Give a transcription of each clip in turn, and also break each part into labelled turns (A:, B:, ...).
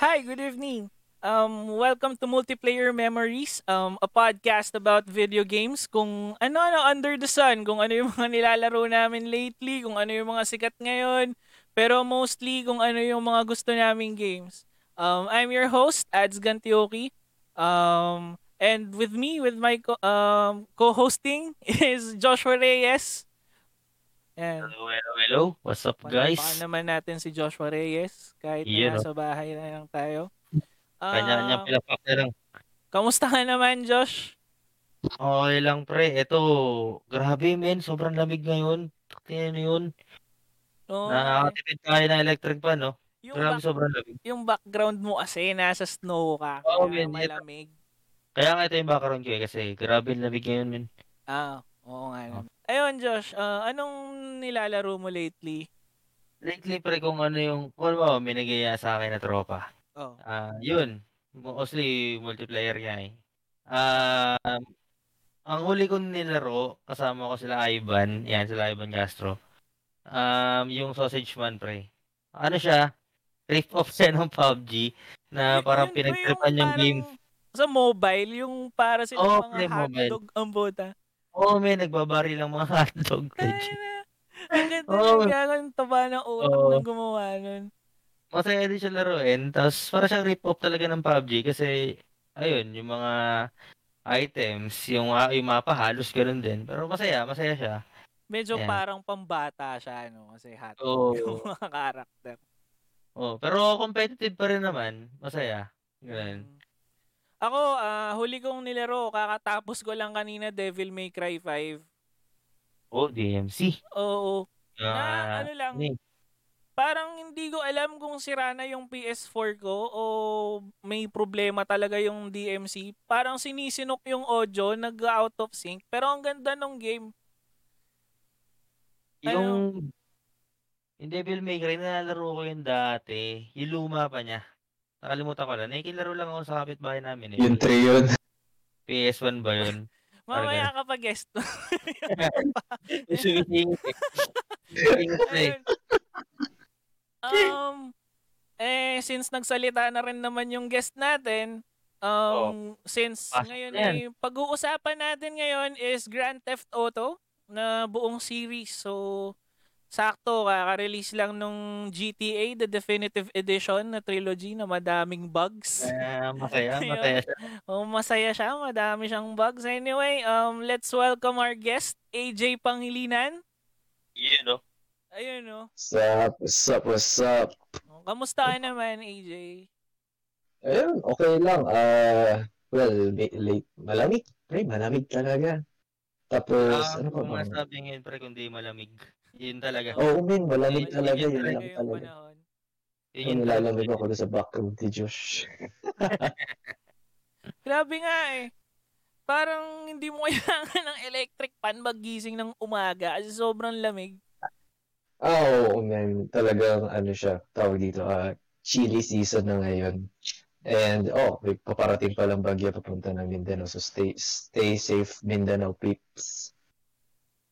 A: Hi, good evening. Um, welcome to Multiplayer Memories, um, a podcast about video games. Kung ano-ano under the sun, kung ano yung mga nilalaro namin lately, kung ano yung mga sikat ngayon, pero mostly kung ano yung mga gusto naming games. Um, I'm your host, Ads Gantioki. Um, and with me, with my co- um, co-hosting is Joshua Reyes. Ayan.
B: Hello, hello, hello. What's up,
A: Palakpakan
B: guys?
A: naman natin si Joshua Reyes kahit na
B: Yun,
A: nasa bahay na lang tayo.
B: Kanya-kanya
A: Ah,
B: pila lang.
A: kamusta ka naman, Josh?
B: Okay lang, pre. Eto, grabe, men. Sobrang lamig ngayon. Tingnan niyo yun.
A: Oo nga eh.
B: Nakakatipid tayo ng electric pan, no?
A: Yung
B: Grabe,
A: back
B: sobrang lamig.
A: yung background mo kasi nasa snow ka
B: Oo,
A: kaya
B: men. Ito.
A: malamig.
B: Kaya nga ito yung background ko eh, kasi grabe ang lamig ngayon, men.
A: Ah, oo nga
B: Oh.
A: naman. Ayun, Josh, ah, anong nilalaro mo lately?
B: Lately, pre, kung ano yung, kung ano ba, may nagaya sa akin na tropa.
A: Oh.
B: Ah, yun. Mostly, multiplayer nga eh. Ah, ang huli kong nilaro, kasama ko sila Ivan. Yan, sila Ivan Castro. Um, yung Sausage Man, pre. Ano siya? Rip off siya ng PUBG
A: Y-
B: na Ah,
A: yun ba
B: parang
A: yung
B: pinagtripan yung game.
A: parang sa mobile, yung para silang
B: Oo, oh,
A: mga
B: pre, mobile.
A: hotdog ang bota?
B: Oo, oh, may nagbabaril ng mga hotdog.
A: Tayo
B: Legit.
A: na. Ang ganda
B: Oo,
A: ng gagawin. Taba ng utak
B: oo.
A: ng gumawa nun.
B: Masaya din siya laruin. Tapos para siyang rip off talaga ng PUBG kasi ayun, yung mga items, yung, ah, yung mapa halos ganun din. Pero masaya, masaya siya.
A: medyo
B: Ayan.
A: parang pambata siya, no? Kasi hotdog yung
B: Oo.
A: mga karakter.
B: oo. Oh, Pero competitive pa rin naman. Masaya. Ganun.
A: Mm. Ako, ah, huli kong nilaro, kakatapos ko lang kanina Devil May Cry 5.
B: Oh, DMC.
A: Oo. Na
B: Ah,
A: ano lang,
B: ni.
A: parang hindi ko alam kung sira na yung PS4 ko o may problema talaga yung DMC. Parang sinisinok yung audio, nag-out of sync. Pero ang ganda nung game. Ano,
B: Yung Yung Devil May Cry, nalalaro ko yun dati. Yung luma pa niya. Nakalimutan ko na. Nakikilaro lang ako sa kapitbahay namin eh.
C: Yun, Trey, yun.
B: PS1 ba yun? Parang
A: mamaya
B: ganun.
A: ka pa guest.
B: Yung sumisingit eh. Sumisingit na eh.
A: Ayun. Um, eh, since nagsalita na rin naman yung guest natin,
B: Oo.
A: um, since
B: Pasok
A: ngayon
B: Oh. na yan.
A: ay pag-uusapan natin ngayon is Grand Theft Auto na buong series. So, sakto, kaka-release lang nung GTA, the definitive edition na trilogy na madaming bugs.
B: Ah, masaya, masaya
A: Ayun.
B: siya.
A: Oh, masaya siya, madami siyang bugs. Anyway, um, let's welcome our guest, AJ Pangilinan.
B: Yun no?
A: Ayun, no?
C: What's up? What's up? What's up?
A: Oh, Kamusta ka naman, AJ?
C: Ayun, okay lang. Ah, well, ma- late. Malamig. Pre, malamig talaga. Tapos,
B: Ah,
C: ano
B: kung
C: pa ba?
B: masabi ngayon pre, kundi malamig. Yun
A: Oo.
B: talaga.
C: Oo, oh, men, malamig
B: Yun, yun
C: talaga.
B: yun
C: Yun
A: talaga
B: talaga.
C: lang
A: yung ano,
C: talaga.
A: panahon.
B: Yun
C: Ang
B: yun talaga.
C: nilalamig ako doon sa background ni Josh.
A: Grabe nga eh. Parang hindi mo kailangan ng electric pan magising ng umaga kasi sobrang lamig.
C: Ah, Oo, men. Talagang, ano siya, tawag dito, ah, chilly season na ngayon. And, oh, may paparating palang bagyo papunta ng Mindanao. So, stay, stay safe, Mindanao peeps.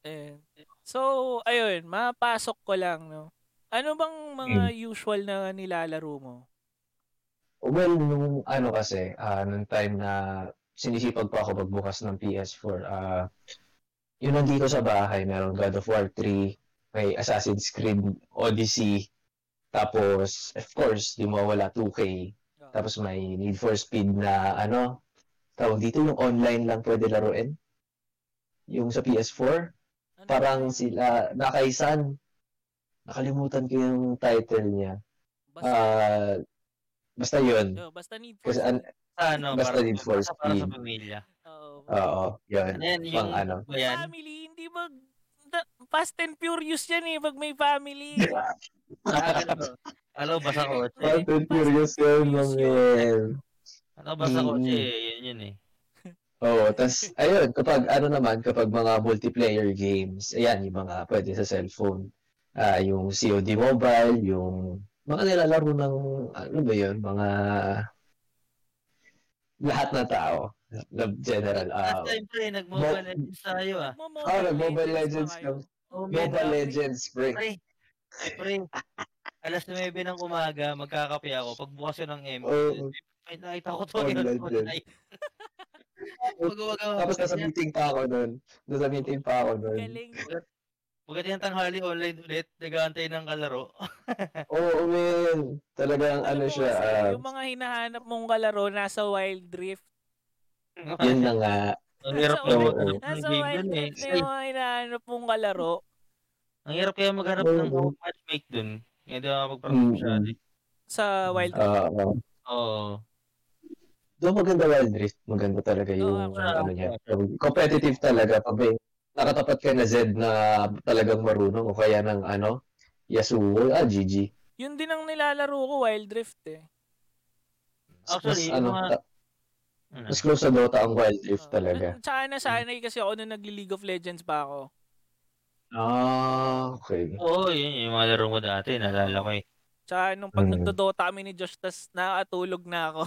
A: Ayan. So, ayun, mapasok ko lang, no? Ano bang mga
C: Mm.
A: usual na nilalaro mo?
C: Well, nung ano kasi, ah nung time na sinisipag pa ako pagbukas ng PS4, ah yun nandito sa bahay, merong God of War 3, may Assassin's Creed Odyssey, tapos, of course, di mawala 2K,
A: Oo.
C: tapos may Need for Speed na ano, tawag dito yung online lang pwede laruin, yung sa PS4,
A: Ano nga
C: parang
A: yung
C: sila, nakaisan, nakalimutan ko yung title niya.
A: basta
C: ah basta yun,
A: oh, basta Need for
C: ah, kasi ano, an,
A: Speed.
B: Ano, para
C: basta
B: sa,
C: Need for
B: basta para sa
C: Speed.
B: pamilya.
A: Oo.
C: Oo, yun.
B: Ano yan,
C: Pang
B: yung
C: ano.
B: ba
A: Pag
B: yan?
A: family, hindi mag da- Fast and Furious yan eh, pag may family.
B: Ah, ano ba? Ano, basa kotse.
C: Fast and
A: Fast and
C: Furious yun,
A: Furious yun.
C: man.
B: Ano, basa kotse.
C: Mm-mm.
B: Yun yun eh.
C: Oo, tas, ayun, kapag ano naman, kapag mga multiplayer games, ayan, yung mga pwede sa cellphone. ah yung COD Mobile, yung mga nilalaro ng, ano ba yun, mga lahat ng tao. Na general,
B: Last
C: ah
B: time pre, nag-mobile
C: mo,
B: legends tayo ah.
C: oh,
A: Nagmo-Mobile
C: Mobile
A: Legends ba
C: Legends,
A: kayo?
C: ka-
B: Oh, men,
C: Mobile
B: grabe.
C: Legends, pre.
B: Pre, pre. alas 9 ng umaga, magkakape ako. Pagbukas yun ng M,
C: Oo.
B: ay, nakita ko to.
C: Oh.
B: Online.
C: Online din.
B: online. Pag-uwaga.
C: Tapos nasa meeting pa ako nun. Nasa meeting pa ako nun.
A: Galing.
B: Pagdating ng tanghali, online ulit. Nag-aantay ng kalaro.
C: Oo, man. Talagang ano
A: Alam mo
C: siya.
A: kasi,
C: ah,
A: yung mga hinahanap mong kalaro nasa Wild Rift.
C: yun na nga.
B: Ang
A: Nasa
B: hirap kaya
C: online-
B: maghanap ng
A: Nasa
B: game
A: Wild
B: dun eh.
A: Rift na yung mga hinahanap mong kalaro.
B: Ang hirap kaya maghanap ng
C: Oo.
B: matchmake dun. Ngayon doon ako mag-practice
C: Mm,
B: siya.
C: mm.
A: Sa Wild Rift.
C: Ah, ah.
B: Oo.
C: Doon maganda Wild Rift. Maganda talaga yung
A: Oo, actually.
C: ano niya. Competitive talaga. Pag may nakatapat ka na Zed na talagang marunong o kaya ng ano, Yasuo, ah, GG.
A: Yun din ang nilalaro ko, Wild Rift eh.
B: Actually,
C: mas, ano,
B: yung mga-
C: ta-
B: Ano?
C: mas close sa Dota ang Wild
A: Ah.
C: Rift talaga.
A: Sana sanay kasi ako nung nag-League of Legends pa ako.
C: Ah, okay.
B: Oo, yun yung mga laro mo dati. Nalala ko eh.
A: Tsaka nung pag
C: Mm.
A: nagdodota kami ni Josh, tas nakatulog na ako.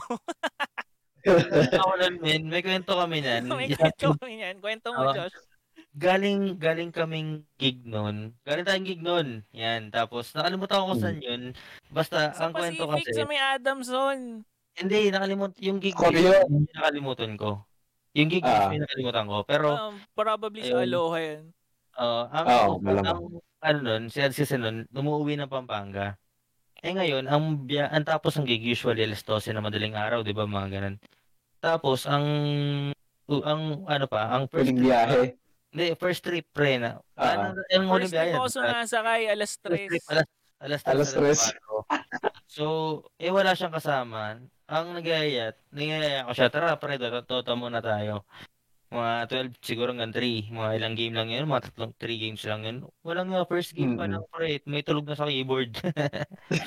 B: Ako nun, men, may kwento kami nan.
A: May kwento ko yan. Kwento mo,
B: Ah.
A: Josh.
B: galing galing kaming gig noon. Galing tayong gig noon. Yan. Tapos nakalimutan ko kung saan yun. Basta
A: Hmm. Sa
B: ang kwento
A: Pacific,
B: kasi.
A: sa may Adamson.
B: Hindi, nakalimutan yung gig.
C: Ako
B: mismo,
C: yun.
B: yung nakalimutan ko. Yung gig
C: Ah.
B: mismo yung nakalimutan ko. Pero
A: Um, probably sa
B: Ayun.
A: Aloha yan.
B: uh, ang,
C: Oo,
B: ang,
C: malamang.
B: ano nun, si Adsisa nun, umuwi ng Pampanga. Eh ngayon, ang, biya, ang tapos ng gig usually alas 12 na madaling araw, di ba mga ganun. Tapos ang u- ang ano pa, ang first
C: Pwedeng
B: trip-
C: biyahe.
B: Hindi, first trip pre na.
C: Ah.
B: Ano, yung huling
A: First
B: biyahe,
A: trip ako
B: ah,
A: sumasakay, alas
B: Alas
A: 3.
B: tres, Alas, alas, tres,
C: Alas tres.
B: cuatro. So, eh wala siyang kasama. Ang nagayayat, nagayaya ko siya, tara pre, toto- toto muna tayo. Mga 12, siguro hanggang 3. Mga ilang game lang yun, mga tatlong 3 games lang yun. Walang nga, first game pa
C: Mm-mm.
B: lang pre, may tulog na sa keyboard.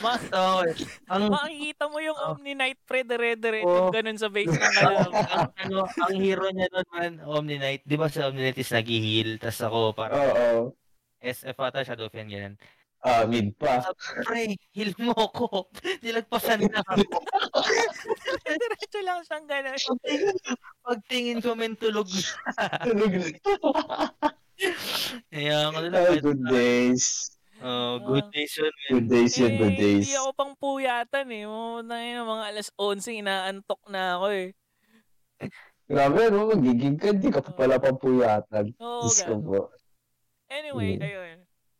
A: Ma-
B: so, ang,
A: Makikita mo yung
B: Oh.
A: Omni Knight pre, dire-diretso
B: Oh.
A: ganun sa base ng kalaro.
B: ang, ano, ang hero niya nun man, Omni Knight. Di ba sa Omni Knight is nag-heal, tas ako
C: Oo.
B: para SF ata, Shadowfen, ganun.
C: Ah, mid pa.
B: Sabi ko, pre, heal mo ko. Nilagpasan na ako.
A: Diretso lang siyang ganun.
B: Pagtingin ko, men tulog. Kaya ako nila.
C: Oh, good days.
B: Oh, good days yun, men.
C: Good days yun, good days.
A: Eh, Hindi ako pang puyatan eh. Mga, na yun, mga alas 11, inaantok na ako eh.
C: Grabe, no? Magiging ka, di ka pa pala pampuyatan.
A: Oo,
C: Diyos ko
A: ganun.
C: po.
A: Anyway,
C: Mm.
A: ayun.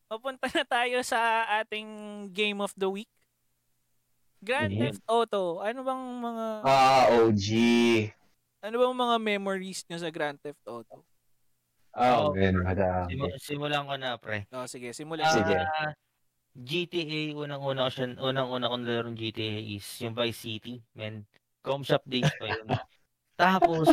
A: Papunta na tayo sa ating game of the week. Grand
C: Ayan.
A: Theft Auto. Ano bang mga
C: Ah, OG.
A: ano bang mga memories niyo sa Grand Theft Auto?
C: Ah,
B: Oo.
C: man, madami.
B: Simu- simulan ko na, pre.
A: Oh, sige, simulan.
B: Ah,
C: Sige.
B: GTA, unang-una ko siya, unang-una kong larong GTA is yung Vice City, men. Com shop days pa yun. tapos,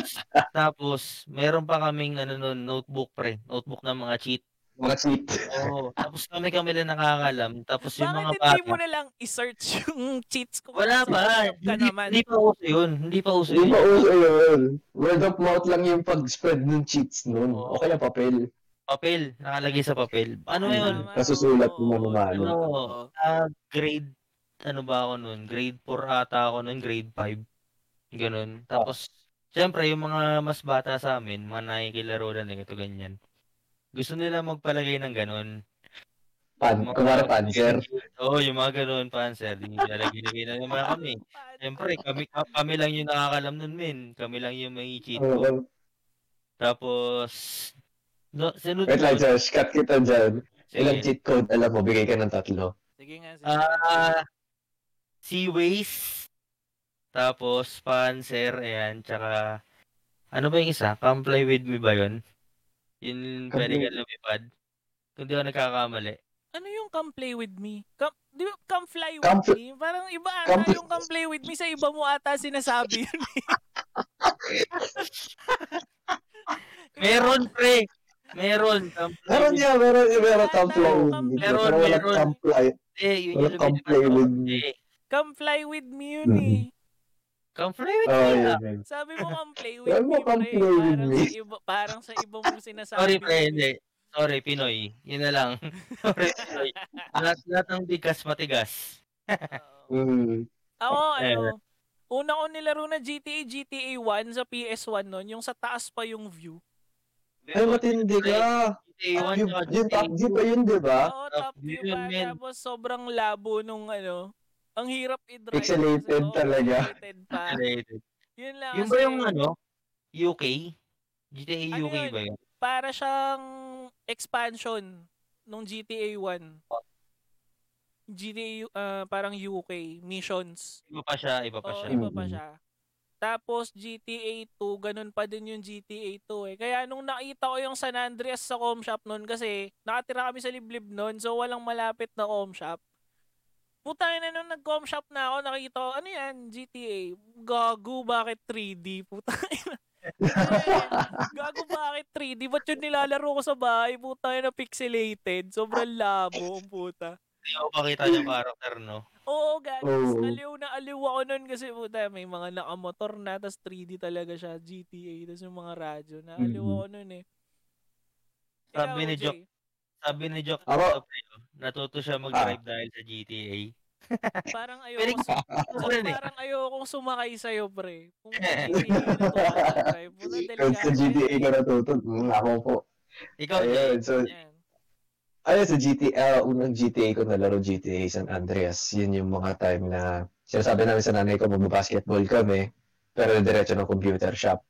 B: tapos, meron pa kaming ano nun, notebook, pre. Notebook ng mga cheat.
C: Mga sweet.
B: Oo. tapos kami kami lang nakakalam. Tapos yung
A: Bakit
B: mga
A: hindi
B: bata.
A: mo na lang i-search yung cheats ko?
B: Wala pa.
A: Ka
B: Hindi,
A: naman.
B: hindi pa uso yun. Hindi pa uso
C: Di
B: yun.
C: ba uso yun? Word of mouth lang yung pag-spread ng cheats nun.
B: Oo.
C: O kaya papel.
B: Papel. Nakalagay sa papel. Ano
C: Tama.
B: yun?
A: Tama,
C: Nasusulat
A: oo,
C: mo, manumalo.
A: oo,
B: Oo.
A: oo.
B: Ah, grade, ano ba ako nun? Grade 4 ata ako nun. Grade 5. Ganun. Tapos, syempre, yung mga mas bata sa amin, mga nakikilaro na nito, ganyan. Gusto nila magpalagay ng ganun.
C: Pan,
B: Mga-
C: kumari panzer.
B: Oo, yung mga ganun, panzer. Nilagay-lagay na naman kami. Siyempre, kami, kami lang yung nakakalam nun, men. Kami lang yung may cheat
C: Oo.
B: code. Tapos, no, sunod
C: Wait lang,
B: nun-
C: Josh. Cut kita dyan. Ilang
B: Sige.
C: cheat code alam mo? Bigay ka ng tatlo.
A: Sige nga, sige.
B: Ah, Seaways. Tapos, Panzer, ayan, tsaka, ano ba yung isa? Come Fly With Me ba yun? Yun,
C: Come
B: pwede
C: Fly-
B: ka lumipad. Kung di ako nagkakamali.
A: ano yung come play with me? Come, di ba, come fly with
C: Come fl-
A: me? Parang iba ata
C: Come fl-
A: yung come play with me. Sa iba mo ata sinasabi yun. eh.
B: Meron, pre! Meron! Come Fly
C: Meron
B: With
C: niya, meron, meron
A: Wala,
C: comply.
A: meron,
C: Pero wala
B: meron.
C: comply.
B: Me. Eh, yun
C: Wala
B: yung
C: Come Fly
B: lumilipad
C: With
B: ko.
C: Me.
B: Eh,
A: Come fly with me yun
C: Mm.
A: eh.
B: Come Fly With
C: Oh,
B: Me.
C: yun,
B: ah.
C: yun.
A: Sabi mo come play with
C: Wala
A: me,
C: mo, come
A: pre.
C: play with
A: parang
C: me.
A: sa iba, parang sa iba mo sinasabi.
B: Sorry, pre,
A: yun eh.
B: hindi. Sorry, Pinoy. Yun na lang. Sorry, Pinoy. Lahat, lahat ng bigas matigas.
A: Oo.
C: Mm.
A: Ako, ano,
B: Eh.
A: una ko nilaro na GTA, GTA 1 sa PS1 nun, yung sa taas pa yung view.
C: Ay, matindi ka.
B: Day one,
C: Yung,
B: tsaka
C: yung
B: day
C: top view
B: two.
C: pa yun, di ba?
A: Oo,
B: Top
A: top view
B: view
A: pa.
B: yun, men.
A: Tapos sobrang labo nung ano. Ang hirap i-drive. kasi,
C: Pixelated
A: oo,
C: talaga.
A: Pixelated pa.
B: Related.
A: Yun lang.
B: Yun ba
A: kasi
B: yung ano? UK? GTA
A: Ano
B: UK
A: yun?
B: ba yun?
A: Para siyang expansion nung GTA 1. GTA, ah, parang UK, missions.
B: Iba pa siya, iba pa
A: Oo,
B: siya.
A: iba pa
C: Mm.
A: siya. Tapos GTA 2, ganun pa din yung GTA 2 eh. Kaya nung nakita ko yung San Andreas sa com shop noon kasi nakatira kami sa liblib noon so walang malapit na com shop. Putang na nung nag-com shop na ako, nakita ko, ano yan, GTA. Gago, bakit 3D? Putang ina. Gago, bakit 3D? Ba't yun nilalaro ko sa bahay? Putang na pixelated. Sobrang labo, ang puta.
B: Hindi ako pakita yung
C: Hmm.
B: character, no?
A: Oo, guys.
C: Oo.
A: Aliw na aliw ako nun kasi puta, may mga nakamotor na, tas 3D talaga siya, GTA, tas yung mga radyo na. Aliw
C: Mm.
A: ako nun eh.
B: Sabi
A: Ikaw,
B: ni
A: Jay.
B: Jock, Sabi ni Jock,
C: Ako- Ah.
B: natuto siya mag-drive dahil sa GTA.
A: Parang
B: Pero
A: ayoko,
B: Ano rin eh.
A: parang ayokong sumakay sa'yo, pre. Kung GTA na to, drive. Puta,
C: Kahit sa
A: delikado
C: GTA
A: yan.
C: ka natuto. Mm, ako po.
B: Ikaw, Jay.
C: Ayun, so,
A: Yan.
C: ayun, sa GTA, unang GTA ko nalaro GTA San Andreas. Yun yung mga time na, sinasabi namin sa nanay ko, magbabasketball kami. Pero diretso ng computer shop.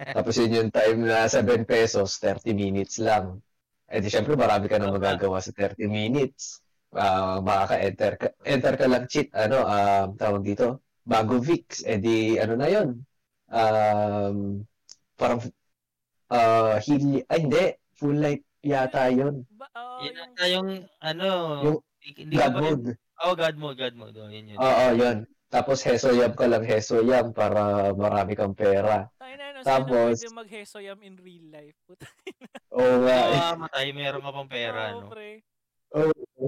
B: Eh.
C: Tapos yun yung time na 7 pesos, 30 minutes lang. Eh di syempre marami ka na magagawa sa 30 minutes. Ah, baka ka-enter ka, enter ka lang cheat, ano, um, tawag dito, bago VIX. Eh di, ano na yun? Um, parang, ah, hili, ay hindi, full life yata yun.
A: Ba, oo,
B: Yun
A: yung,
B: ata yung, ano,
C: Yung
B: hindi ka
C: God
B: ba
C: mode. Ah,
B: Oh, God mode, God mode. Oh, yun yun.
C: Oo, yun. Tapos hesoyam ka lang hesoyam para marami kang pera.
A: tayo na, no,
C: Tapos-
A: sino pwede mag-hesoyam in real life? Puta,
C: Oo nga. eh.
B: Mamatay, meron ka pang pera,
A: oo,
B: no?
A: pre.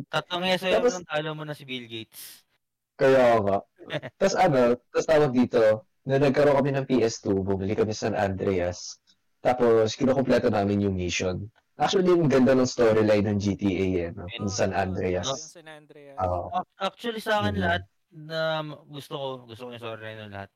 B: Tatlong eso yun
C: Tapos-
B: ang talo mo na si Bill Gates.
C: Kaya nga. Tapos ano, tapos tawag dito, na nagkaroon kami ng PS2, bumili kami sa San Andreas. Tapos, kinukumpleto namin yung mission. Actually, ang ganda ng storyline ng GTA eh, no?
A: Oo,
C: Yung San
A: yun,
C: Andreas.
A: Yung San Andreas.
C: Oo.
B: Ac- Actually, sa akin
C: Mhm.
B: lahat, na gusto ko, gusto ko yung storyline ng lahat.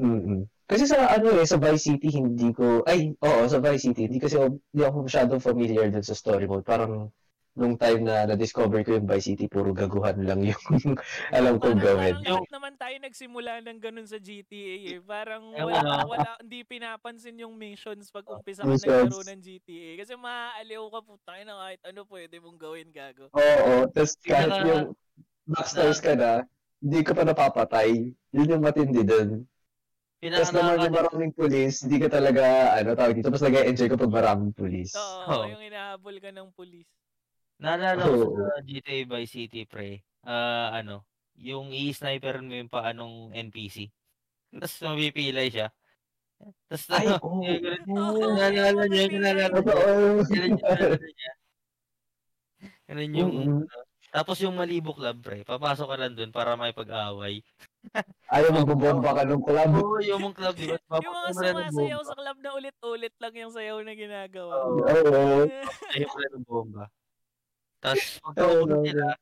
C: Mm-mm. Kasi sa ano eh, sa Vice City hindi ko ay oo, sa Vice City hindi kasi ako- hindi ako masyadong familiar dun sa story mode. Parang nung time na na-discover ko yung Vice City, puro gaguhan lang yung alam kong
A: Parang-
C: gawin.
A: Parang lahat naman tayo nagsimula ng ganun sa GTA eh. Parang
B: Ewan
A: wala,
B: ko.
A: wala, hindi pinapansin yung missions pag umpisa ka
C: Ah, Missions.
A: naglaro ng GTA. Kasi maaaliw ka po tayo na kahit ano pwede mong gawin gago.
C: Oo, tapos kahit
B: Pinaka-
C: yung backstars ka na, hindi ka pa napapatay. Yun yung matindi dun. Tapos naman yung
B: Pinaka-nakaka-
C: maraming pulis, hindi ka talaga, ano tawag dito, tapos nag-enjoy ka pag maraming pulis.
A: Oo,
B: Oo.
A: yung inahabol ka ng pulis.
B: Naalala ko
C: Oo.
B: sa GTA Vice City, pre. Ah, ano, yung i-sniper mo yung paanong NPC. Tapos mapipilay siya. Tapos
C: Ay,
B: ano,
C: oo.
B: yung ganun-
A: Oo,
B: naalala
A: yung
B: niya, yung
A: mapipilay.
B: naalala niya.
C: Totoo.
B: Ganun yung naalala niya. Ganun yung,
C: Mm-mm.
B: tapos yung Malibu Club, pre. Papasok ka lang dun para may pag-aaway.
C: Ayaw magbobomba ka ng club.
B: Oo, yung mong club, di ba?
A: yung mga
B: Papasok ka lang ng
A: sumasayaw
B: bomba.
A: sa club na ulit-ulit lang yung sayaw na ginagawa.
B: Oo.
C: Oo.
B: Ayaw pala ng bomba. Tapos, pag
C: Oo,
B: nahulog
C: oo.
B: nila,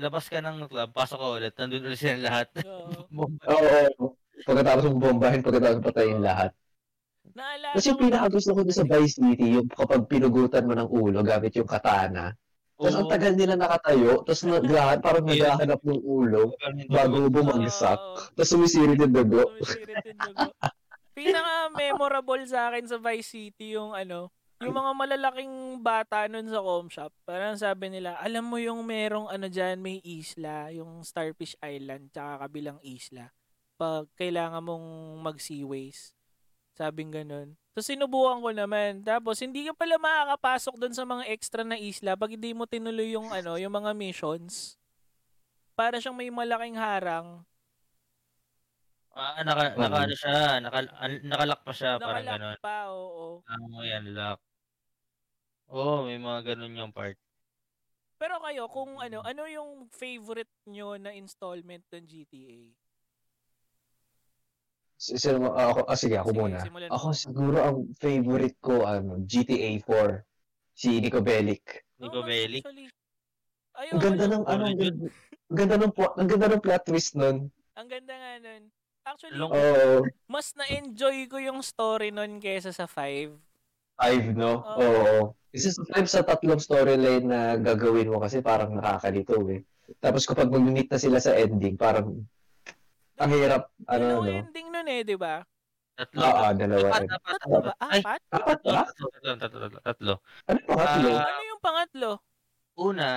B: labas ka ng club, pasok ka ulit, nandun ulit silang lahat.
A: Oo.
B: bomba.
C: Oo. Pagkatapos mong bombahin, pagkatapos patayin lahat.
A: Naalala
C: Tapos yung
A: ko-
C: pinakagusto ko dun sa Vice City, yung kapag pinugutan mo ng ulo gamit yung katana. Tapos ang
B: Oo.
C: tagal nila nakatayo, tapos naglahat, parang
B: Yeah.
C: naghahanap ng ulo bago bumagsak.
A: Oo.
C: Tapos sumisirit yung dugo.
A: Sumisirit yung dugo. Pinaka-memorable sa akin sa Vice City yung ano, yung mga malalaking bata nun sa com shop, parang sabi nila, alam mo yung merong ano dyan, may isla, yung Starfish Island, tsaka kabilang isla. Pag kailangan mong mag-seaways. Sabing ganun. So, sinubukan ko naman. Tapos, hindi ka pala makakapasok doon sa mga extra na isla pag hindi mo tinuloy yung, ano, yung mga missions. Para siyang may malaking harang.
B: Ah, naka,
C: Oo.
B: naka ano siya, naka, an- nakalak pa siya, Ah, parang
A: Nakalock
B: gano'n.
A: pa, oo.
B: Ano mo yan, lock. Oo, may mga ganun yung part.
A: Pero kayo, kung ano,
B: Mm.
A: ano yung favorite nyo na installment ng GTA?
C: S- Sino mo, ako, ah, sige, ako
A: Sige,
C: muna.
A: simulan mo.
C: Ako siguro ang favorite ko, ano, GTA 4. Si Nico Bellic.
B: Nico
A: Oo,
B: Bellic.
A: actually. Ayun,
C: Ang ganda
A: ano,
C: ng, ano, ang
B: Origin.
C: ganda, ang ganda ng, plot- ang ganda ng plot twist nun.
A: ang ganda nga nun. Actually,
B: Long-
C: Oo.
A: mas na-enjoy ko yung story nun kesa sa 5.
C: Five, no?
A: Oo.
C: Oo. Kasi sometimes sa tatlong storyline na gagawin mo kasi parang nakakalito eh. Tapos kapag mag-meet na sila sa ending, parang ang hirap, ano,
A: Ano,
C: no?
A: ending nun eh, di ba?
B: Tatlo.
C: Oo, ah, dalawa
B: Apat,
C: rin.
B: apat,
A: Tatlo
C: Ano?
A: ba? Ah,
B: Ay,
A: Apat?
C: Apat ba?
B: tatlo, tatlo, tatlo, tatlo, tatlo.
C: Ano pa katlo?
B: Ah,
A: Ano yung pangatlo?
B: Una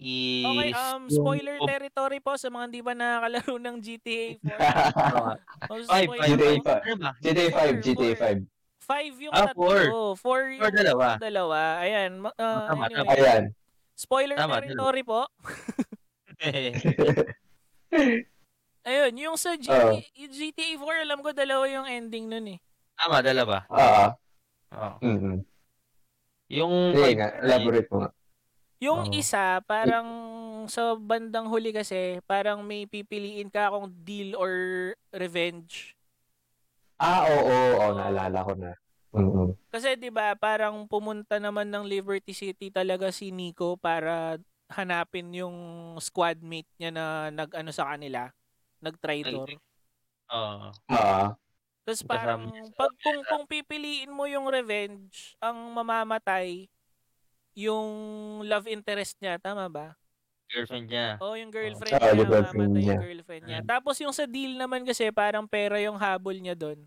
B: is...
A: Okay, um,
B: yung-
A: spoiler
B: oh,
A: territory po sa mga hindi ba nakakalaro ng GTA 4. Oh,
B: Five,
A: spoiler
B: five,
A: po.
C: GTA pa.
B: Ano ba?
C: GTA 5, GTA 5.
A: Five yung
B: Ah,
A: tatlo.
B: four.
A: Four
B: Or
A: yung
B: dalawa.
A: dalawa. Ayan. ma- ah,
B: Tama,
A: anyway.
B: tama.
C: Ayan.
A: Spoiler
B: Tama,
A: territory po. Ayun, yung sa
C: Oo.
A: GTA, yung GTA 4, alam ko dalawa yung ending nun eh.
B: Tama, dalawa.
C: Ah,
B: Oo.
C: mm
B: Yung...
C: Sige nga, elaborate mo nga.
A: Yung
B: Oo.
A: isa, parang sa bandang huli kasi, parang may pipiliin ka kung deal or revenge.
C: Ah, oo, oo, oo, naalala ko na. Mm-hmm. Mm-mm.
A: Kasi 'di ba, parang pumunta naman ng Liberty City talaga si Nico para hanapin yung squad mate niya na nag-ano sa kanila, nag-traitor.
B: Oo.
C: Ah,
A: Tapos
B: Kasama
A: parang
B: niya sa
A: pag kung, kung pipiliin mo yung revenge, ang mamamatay yung love interest niya, tama ba?
B: girlfriend niya.
A: Oh, yung girlfriend
C: Ah,
A: niya,
C: yung girlfriend
A: mamamatay
C: niya.
A: yung girlfriend niya. Tapos yung sa deal naman kasi parang pera yung habol niya doon.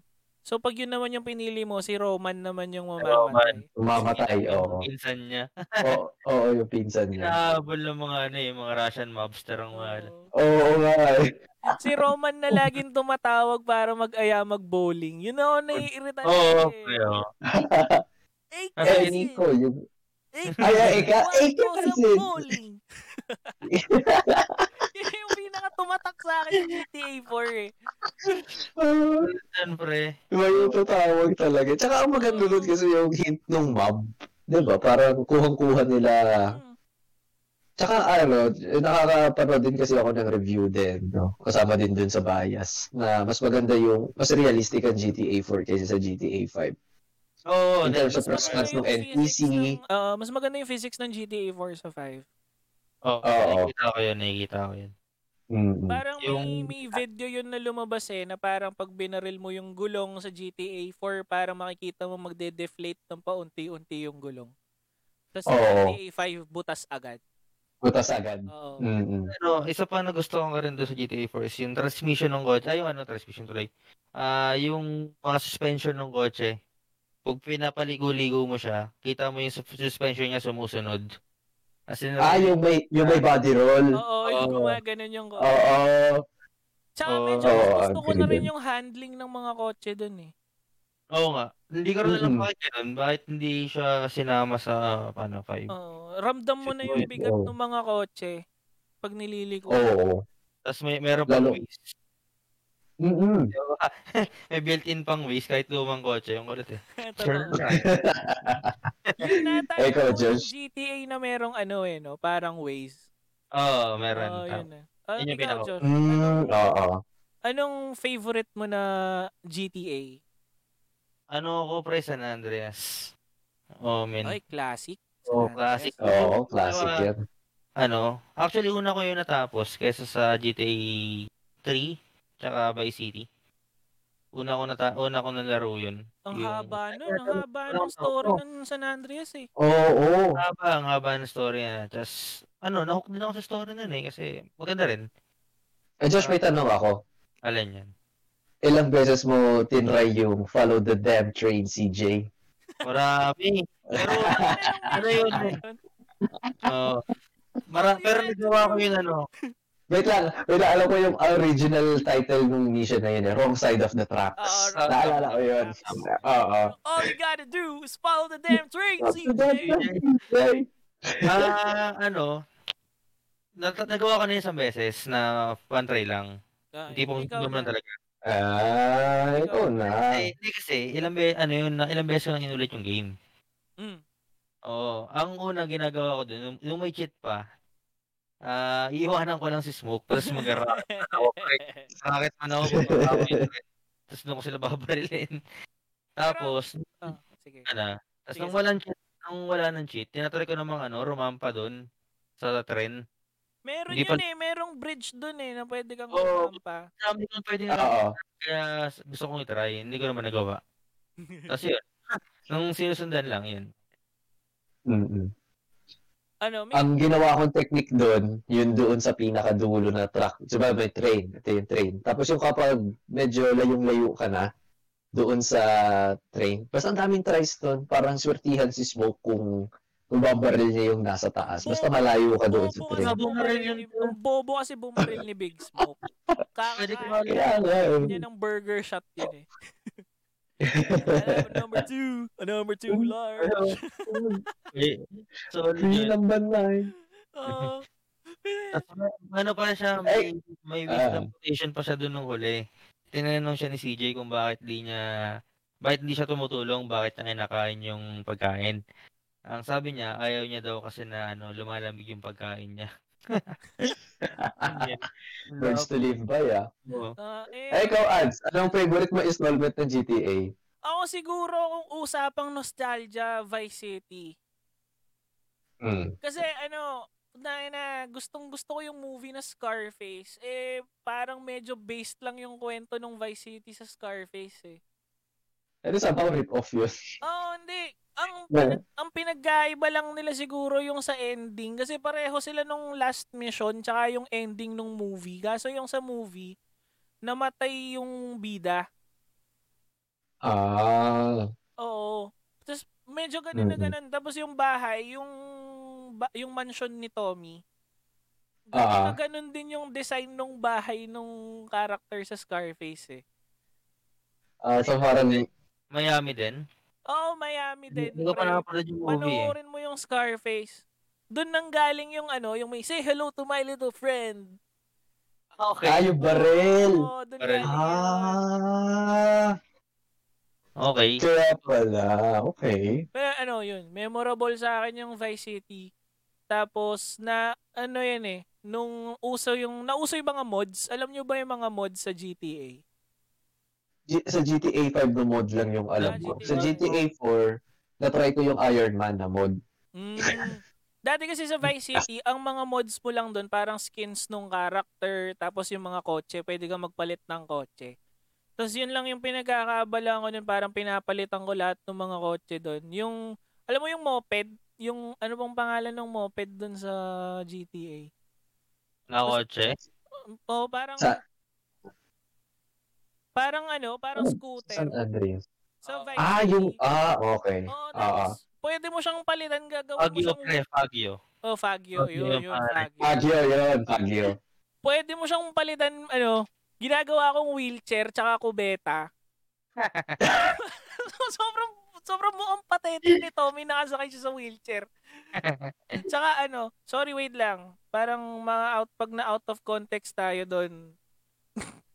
A: So pag yun naman yung pinili mo, si Roman naman yung mamamatay.
C: mamatay, oo.
B: Pinsan niya.
C: Oo, oo, yung pinsan niya.
B: Hinahabol ng mga ano, yung mga Russian mobster ang mga ano.
A: Oo.
C: Oo nga eh.
A: si Roman na laging tumatawag para mag-aya mag-bowling. Yun ako naiirita
B: Oo,
A: oh,
B: pre, oo.
A: Eh,
B: Ay,
C: Kay
A: kasi,
C: Nico, yung...
A: eh,
C: Ay, ay, ikaw,
A: why
C: ay, ikaw
A: go sa
C: kasi.
A: bowling? Yun yung pinaka tumatak sa akin sa GTA 4 eh.
C: Ah,
B: Pinsan, pre.
C: May Diba, tatawag talaga. Tsaka ang maganda nun kasi yung hint ng mob. Diba? Parang kuhang-kuha nila.
A: Hmm.
C: Tsaka ano, nakakapanood din kasi ako ng review din. No? Kasama din dun sa bias. Na mas maganda yung, mas realistic ang GTA 4 kaysa sa GTA 5.
B: Oo,
C: In terms of
A: Mas maganda
C: response ng
A: yung physics
C: NPC.
A: ng- Oo, mas maganda yung physics ng GTA 4 sa 5.
B: Oo,
C: Oo.
B: nakikita ko yun, nakikita ko yun.
C: Mm-mm.
A: Parang
B: Yung-
A: may, may video yun na lumabas eh, na parang pag binaril mo yung gulong sa GTA 4, parang makikita mo magde-deflate ng paunti-unti yung gulong. Tapos sa
C: Oo.
A: GTA 5, butas agad.
C: Butas agad.
A: Oo.
C: Mm-mm.
B: Ano, isa pa na gusto ko rin doon sa GTA 4 is yung transmission ng kotse. Ay, yung ano, transmission tuloy. Ah, yung mga suspension ng kotse. Pag pinapaligo-ligo mo siya, kita mo yung sus- suspension niya sumusunod. As in,
C: Ah, yung may, yung may body roll.
A: Oo, yung
B: Oo.
A: gumaganon yung
C: Oo.
A: ko. Tsaka
B: Oo.
A: medyo mas
C: Oo,
A: gusto ko
C: agree
A: na rin
C: din.
A: yung handling ng mga kotse dun eh.
B: Oo nga. Hindi ko rin alam
C: Mm-mm.
B: bakit ganun. Bakit hindi siya sinama sa, ano, 5.
A: Oo. Ramdam mo na yung
C: Siguro,
A: bigat
C: oo.
A: ng mga kotse pag nililiko.
C: Oo.
B: Tapos may, meron pang
C: Lalo-
B: waist.
C: Mm-mm.
B: May built-in pang waist kahit lumang kotse. Yung kulit eh.
A: Totoo. Yun nata
C: Eh,
A: yung
C: ikaw,
A: unang
C: Josh?
A: GTA na merong ano eh, no? parang Waze.
B: Oo, meron.
A: Oo,
B: Tama.
A: yun na. Ah,
B: Yun yung
A: ikaw,
B: pinaka-
A: Josh,
C: Mm, oo.
A: anong favorite mo na GTA?
B: Ano ako pre San Andreas? Oh, men.
A: Ay, classic. San
B: Oh,
A: Andreas.
B: classic.
C: Oo, classic
A: Diba?
B: Dalawa-
C: yan.
B: Ano? Actually, una ko yung natapos kaysa sa GTA 3 tsaka Vice City. Una ko nata una ko nalaro yun.
A: Ang
B: Yung-
A: haba nun. Ang haba
B: Parang-
A: ng story
B: oh,
A: ng San Andreas eh.
C: Oo.
B: ang haba, ang haba ng story na. Tapos, ano, nahook din ako sa story nun eh. Kasi maganda rin.
C: Eh, Josh, may tanong ako.
B: Alin yan.
C: Ilang beses mo tinry yung follow the damn train, CJ?
B: Marami. Pero, ano yun eh. Oo. mara- pero nagawa ko yun ano.
C: Wait lang, wait lang, alam ko yung original title ng mission na yun eh, Wrong Side of the Tracks.
A: Ah,
C: Naalala ko yun. Oo.
A: All you gotta do is follow the damn train,
C: Follow the damn
A: CJ.
C: train, CJ.
B: Ah, ano, nat- nagawa ko na yun isang beses na one try lang.
A: Ah,
B: Hindi po
A: ikaw
B: naman
A: na.
B: talaga.
C: Ay, oo na.
B: Eh, hindi kasi, ilang be ano yun, na- ilang beses ko nang inulit yung game.
A: Mm.
B: Oo, ang unang ginagawa ko dun, nung, nung may cheat pa, ah, iiwanan ko lang si Smoke, tapos mag-rocket man ako, pagkakawa yung threat. Tapos doon ko sila babarilin. Tapos,
A: Ah, sige.
B: ano, tapos
A: Sige,
B: nung
A: sige.
B: walang cheat, nung wala ng cheat, tinatry ko namang ano, rumampa dun sa tren.
A: Meron
B: Hindi
A: yun
B: pa-
A: eh. Merong bridge dun eh na pwede kang
B: Oo.
A: kumampa.
B: Sabi ko, pwede na
C: Oo.
B: Kaya s- gusto kong itry, hindi ko naman nagawa. Tapos yun, Nung sinusundan lang, yun.
C: Mm-mm.
A: Ano, may,
C: Ang ginawa kong technique doon, yun doon sa pinakadulo na track. Diba may train? Ito yung train. Tapos yung kapag medyo layong-layo ka na, doon sa train. Basta ang daming tries doon. Parang swertihan si Smoke kung kung babaril niya yung nasa taas. Basta malayo ka doon sa
A: bobo kasi
C: train.
A: bumaril
B: Bumaril
A: ni,
B: yun.
A: ang bobo kasi bumaril ni Big Smoke.
B: Pwede ko
A: Kakakain
C: Kaya nga. eh.
A: niya ng burger shot yun eh. Alam, number two, a number two large.
B: Eh, so,
C: Hindi
B: yun.
C: naman na eh.
A: Oh.
B: Tapos, ano pa siya, may, may
C: Ah.
B: wisdom quotation pa siya dun nung huli. Tinanong siya ni CJ kung bakit di niya, bakit di siya tumutulong, bakit ang inakain yung pagkain. Ang sabi niya, ayaw niya daw kasi na ano, lumalamig yung pagkain niya. Yun.
C: Birds to live by ah.
B: Oo.
A: Ah, eh,
C: Eh, ikaw, Ads, anong favorite mo installment ng GTA?
A: Ako siguro kung usapang nostalgia, Vice City.
C: Mm.
A: Kasi ano, na, na gustong gusto ko yung movie na Scarface. Eh, parang medyo based lang yung kwento ng Vice City sa Scarface eh.
C: Ano sa pang rip-off yun?
A: Oo, hindi. Ang,
C: Yeah.
A: pinag, ang pinagkaiba lang nila siguro yung sa ending. Kasi pareho sila nung last mission tsaka yung ending nung movie. Kaso yung sa movie, namatay yung bida.
C: Ah.
A: Oo. Tapos medyo ganun na
C: Mm-mm.
A: ganun. Tapos yung bahay, yung ba- yung mansion ni Tommy.
C: Ah.
A: Ganun, na ganun din yung design nung bahay nung character sa Scarface eh.
C: Ah, so parang
B: Miami din.
A: Oo, Oh, Miami din.
B: Hindi ko pa
A: Pre-
B: nakapanood yung movie eh.
A: Panoorin mo yung Scarface. Doon nang galing yung ano, yung may say hello to my little friend.
B: Okay.
C: Ah, yung baril!
A: Oo, doon
B: Baril.
A: galing yun.
C: Ah!
B: Okay.
C: Kaya pala. Okay.
A: Pero ano yun, memorable sa akin yung Vice City. Tapos na ano yan eh, nung uso yung nauso yung mga mods. Alam nyo ba yung mga mods sa GTA?
C: G- sa GTA 5 na mod lang yung alam
A: Ah,
C: ko.
A: GTA
C: Sa GTA 4, na-try ko yung Iron Man na mod.
A: Mm. Dati kasi sa Vice City, ang mga mods mo lang doon parang skins nung character, tapos yung mga kotse, pwede kang magpalit ng kotse. Tapos yun lang yung pinagkakaabala ko nun, parang pinapalitan ko lahat ng mga kotse doon. Yung, alam mo yung moped, yung ano bang pangalan ng moped doon sa GTA?
B: Nakakotse.
A: Oo, parang
C: Sa-
A: parang ano, parang
C: Oh, San
A: scooter.
C: Andreas.
A: Sa Vice
C: Ah,
A: City.
C: yung... Ah, okay.
A: Oo,
C: Ah, ah.
A: tapos pwede mo siyang palitan gagawin mo
B: Fagio,
A: siyang
B: pre. Fagio.
A: Oh, Fagyo,
B: Fagyo,
A: yun, yun,
B: pare.
A: Fagyo.
C: Baguio yun. Baguio.
A: Pwede mo siyang palitan ano, ginagawa kong wheelchair tsaka kubeta. sobrang sobrang mukhang pathetic ni Tommy nakasakay siya sa wheelchair. Tsaka ano, sorry wait lang. Parang mga out pag na out of context tayo doon.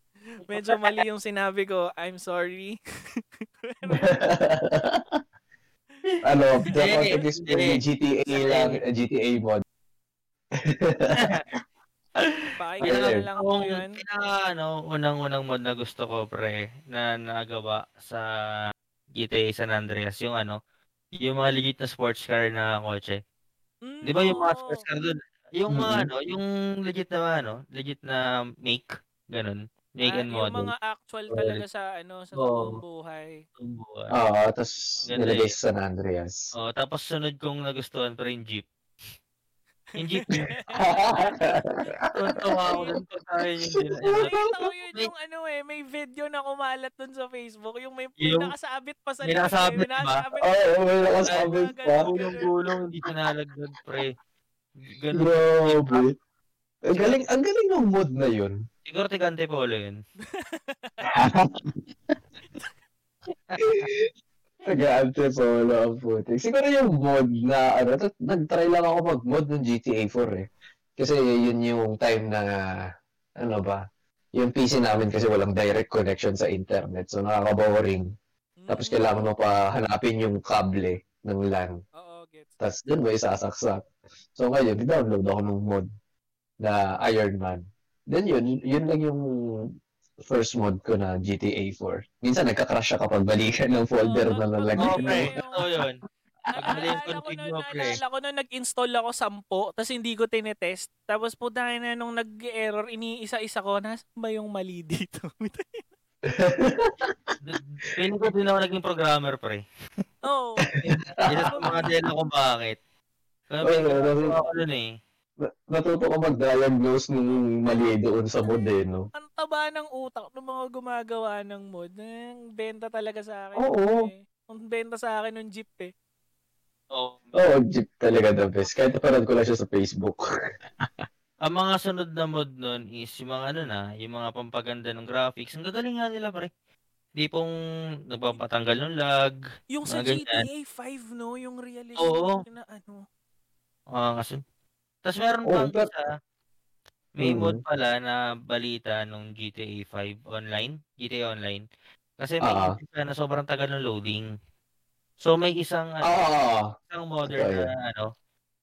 A: Medyo mali yung sinabi ko. I'm sorry.
C: ano, the
B: Eh,
C: context
B: eh.
C: is yung GTA lang, eh, GTA mod.
A: Pakinggan lang ko
B: Kung
A: yun.
B: pinaka ano, unang-unang mod na gusto ko pre na nagawa sa GTA San Andreas yung ano, yung mga legit na sports car na kotse.
A: Mm,
B: 'Di ba yung mga
A: oo.
B: sports car doon? Yung mga
C: Mhm.
B: ano, yung legit na ano, legit na make, ganun. Make
A: Ah,
B: and
A: yung
B: model.
A: mga actual talaga sa ano sa
B: Oo.
A: totoong buhay. Ah.
B: Tumbuhan.
C: Oo, tapos
B: Ganda
C: Ah, nilagay
B: eh.
C: sa San Andreas.
B: ano. Oh, tapos sunod kong nagustuhan pa rin jeep. Yung jeep, tuntawa ako dun pa tayo yung din.
A: Nakita ko yun yung ano eh, may video na kumalat dun sa Facebook, yung may, may
B: Yung-
A: nakasabit pa sa likod, eh,
B: may nakasabit
A: may
B: ba?
A: nakasabit
C: Oo, oh, may nakasabi pa.
B: Gulong-gulong, hindi siya nalagdag pre. Ganun.
C: Grabe. Ang galing, ang galing ng mod na yun.
B: Siguro tigante polo yun.
C: Taga-antipolo ang putik. Siguro yung mod na, ano, tat- nag-try lang ako mag-mod ng GTA 4 eh. Kasi yun yung time na, ano ba, yung PC namin kasi walang direct connection sa internet. So nakaka-boring.
A: Mm.
C: Tapos kailangan mo pa hanapin yung kable ng LAN.
A: Oo, gets.
C: Tapos dun mo isasaksak. So ngayon, download ako ng mod na Iron Man. Then yun, yun lang yung first mod ko na GTA 4. Minsan nagka-crash siya kapag balikan ng folder
A: Oo,
C: na lalagay
A: oo,
B: Oo,
C: mo.
A: pre.
B: pre. Totoo yun. Mali
A: Naalala
B: yung
A: ko ano?
B: config
A: nun,
B: mo, pre.
A: naalala ko nun, nag-install ako sampo, tapos hindi ko tinetest. Tapos po na nung nag-error, iniisa-isa ko, nasaan ba yung mali dito?
B: Feeling ko din ako naging programmer, pre.
A: Oh.
B: Isa sa mga dela kung bakit. Pero
C: Well, well,
B: ako nun eh.
C: Natuto ko mag-diagnose ng mali doon sa mod eh, no?
A: Ang taba ng utak ng mga gumagawa ng mod. Ang benta talaga sa akin.
C: Oo.
A: Eh. Ang benta sa akin ng jeep eh.
B: Oh.
C: Oo, jeep talaga the best. Kahit parang ko lang siya sa Facebook.
B: Ang mga sunod na mod nun is yung mga ano na, yung mga pampaganda ng graphics. Ang gagaling nga nila pre. Di pong nagpapatanggal ng lag.
A: Yung sa
B: Mga ganyan.
A: GTA 5, no? Yung realistic
B: Oo.
A: na ano.
B: Ah, kasi. Tapos meron
C: Oo,
B: pang
C: Oh, but-
B: isa, may
C: Mm.
B: mod pala na balita nung GTA 5 online, GTA Online. Kasi may
C: Ah.
B: isip na sobrang tagal ng loading. So may isang ano,
C: Ah,
B: isang modder
C: Totoo
B: na ano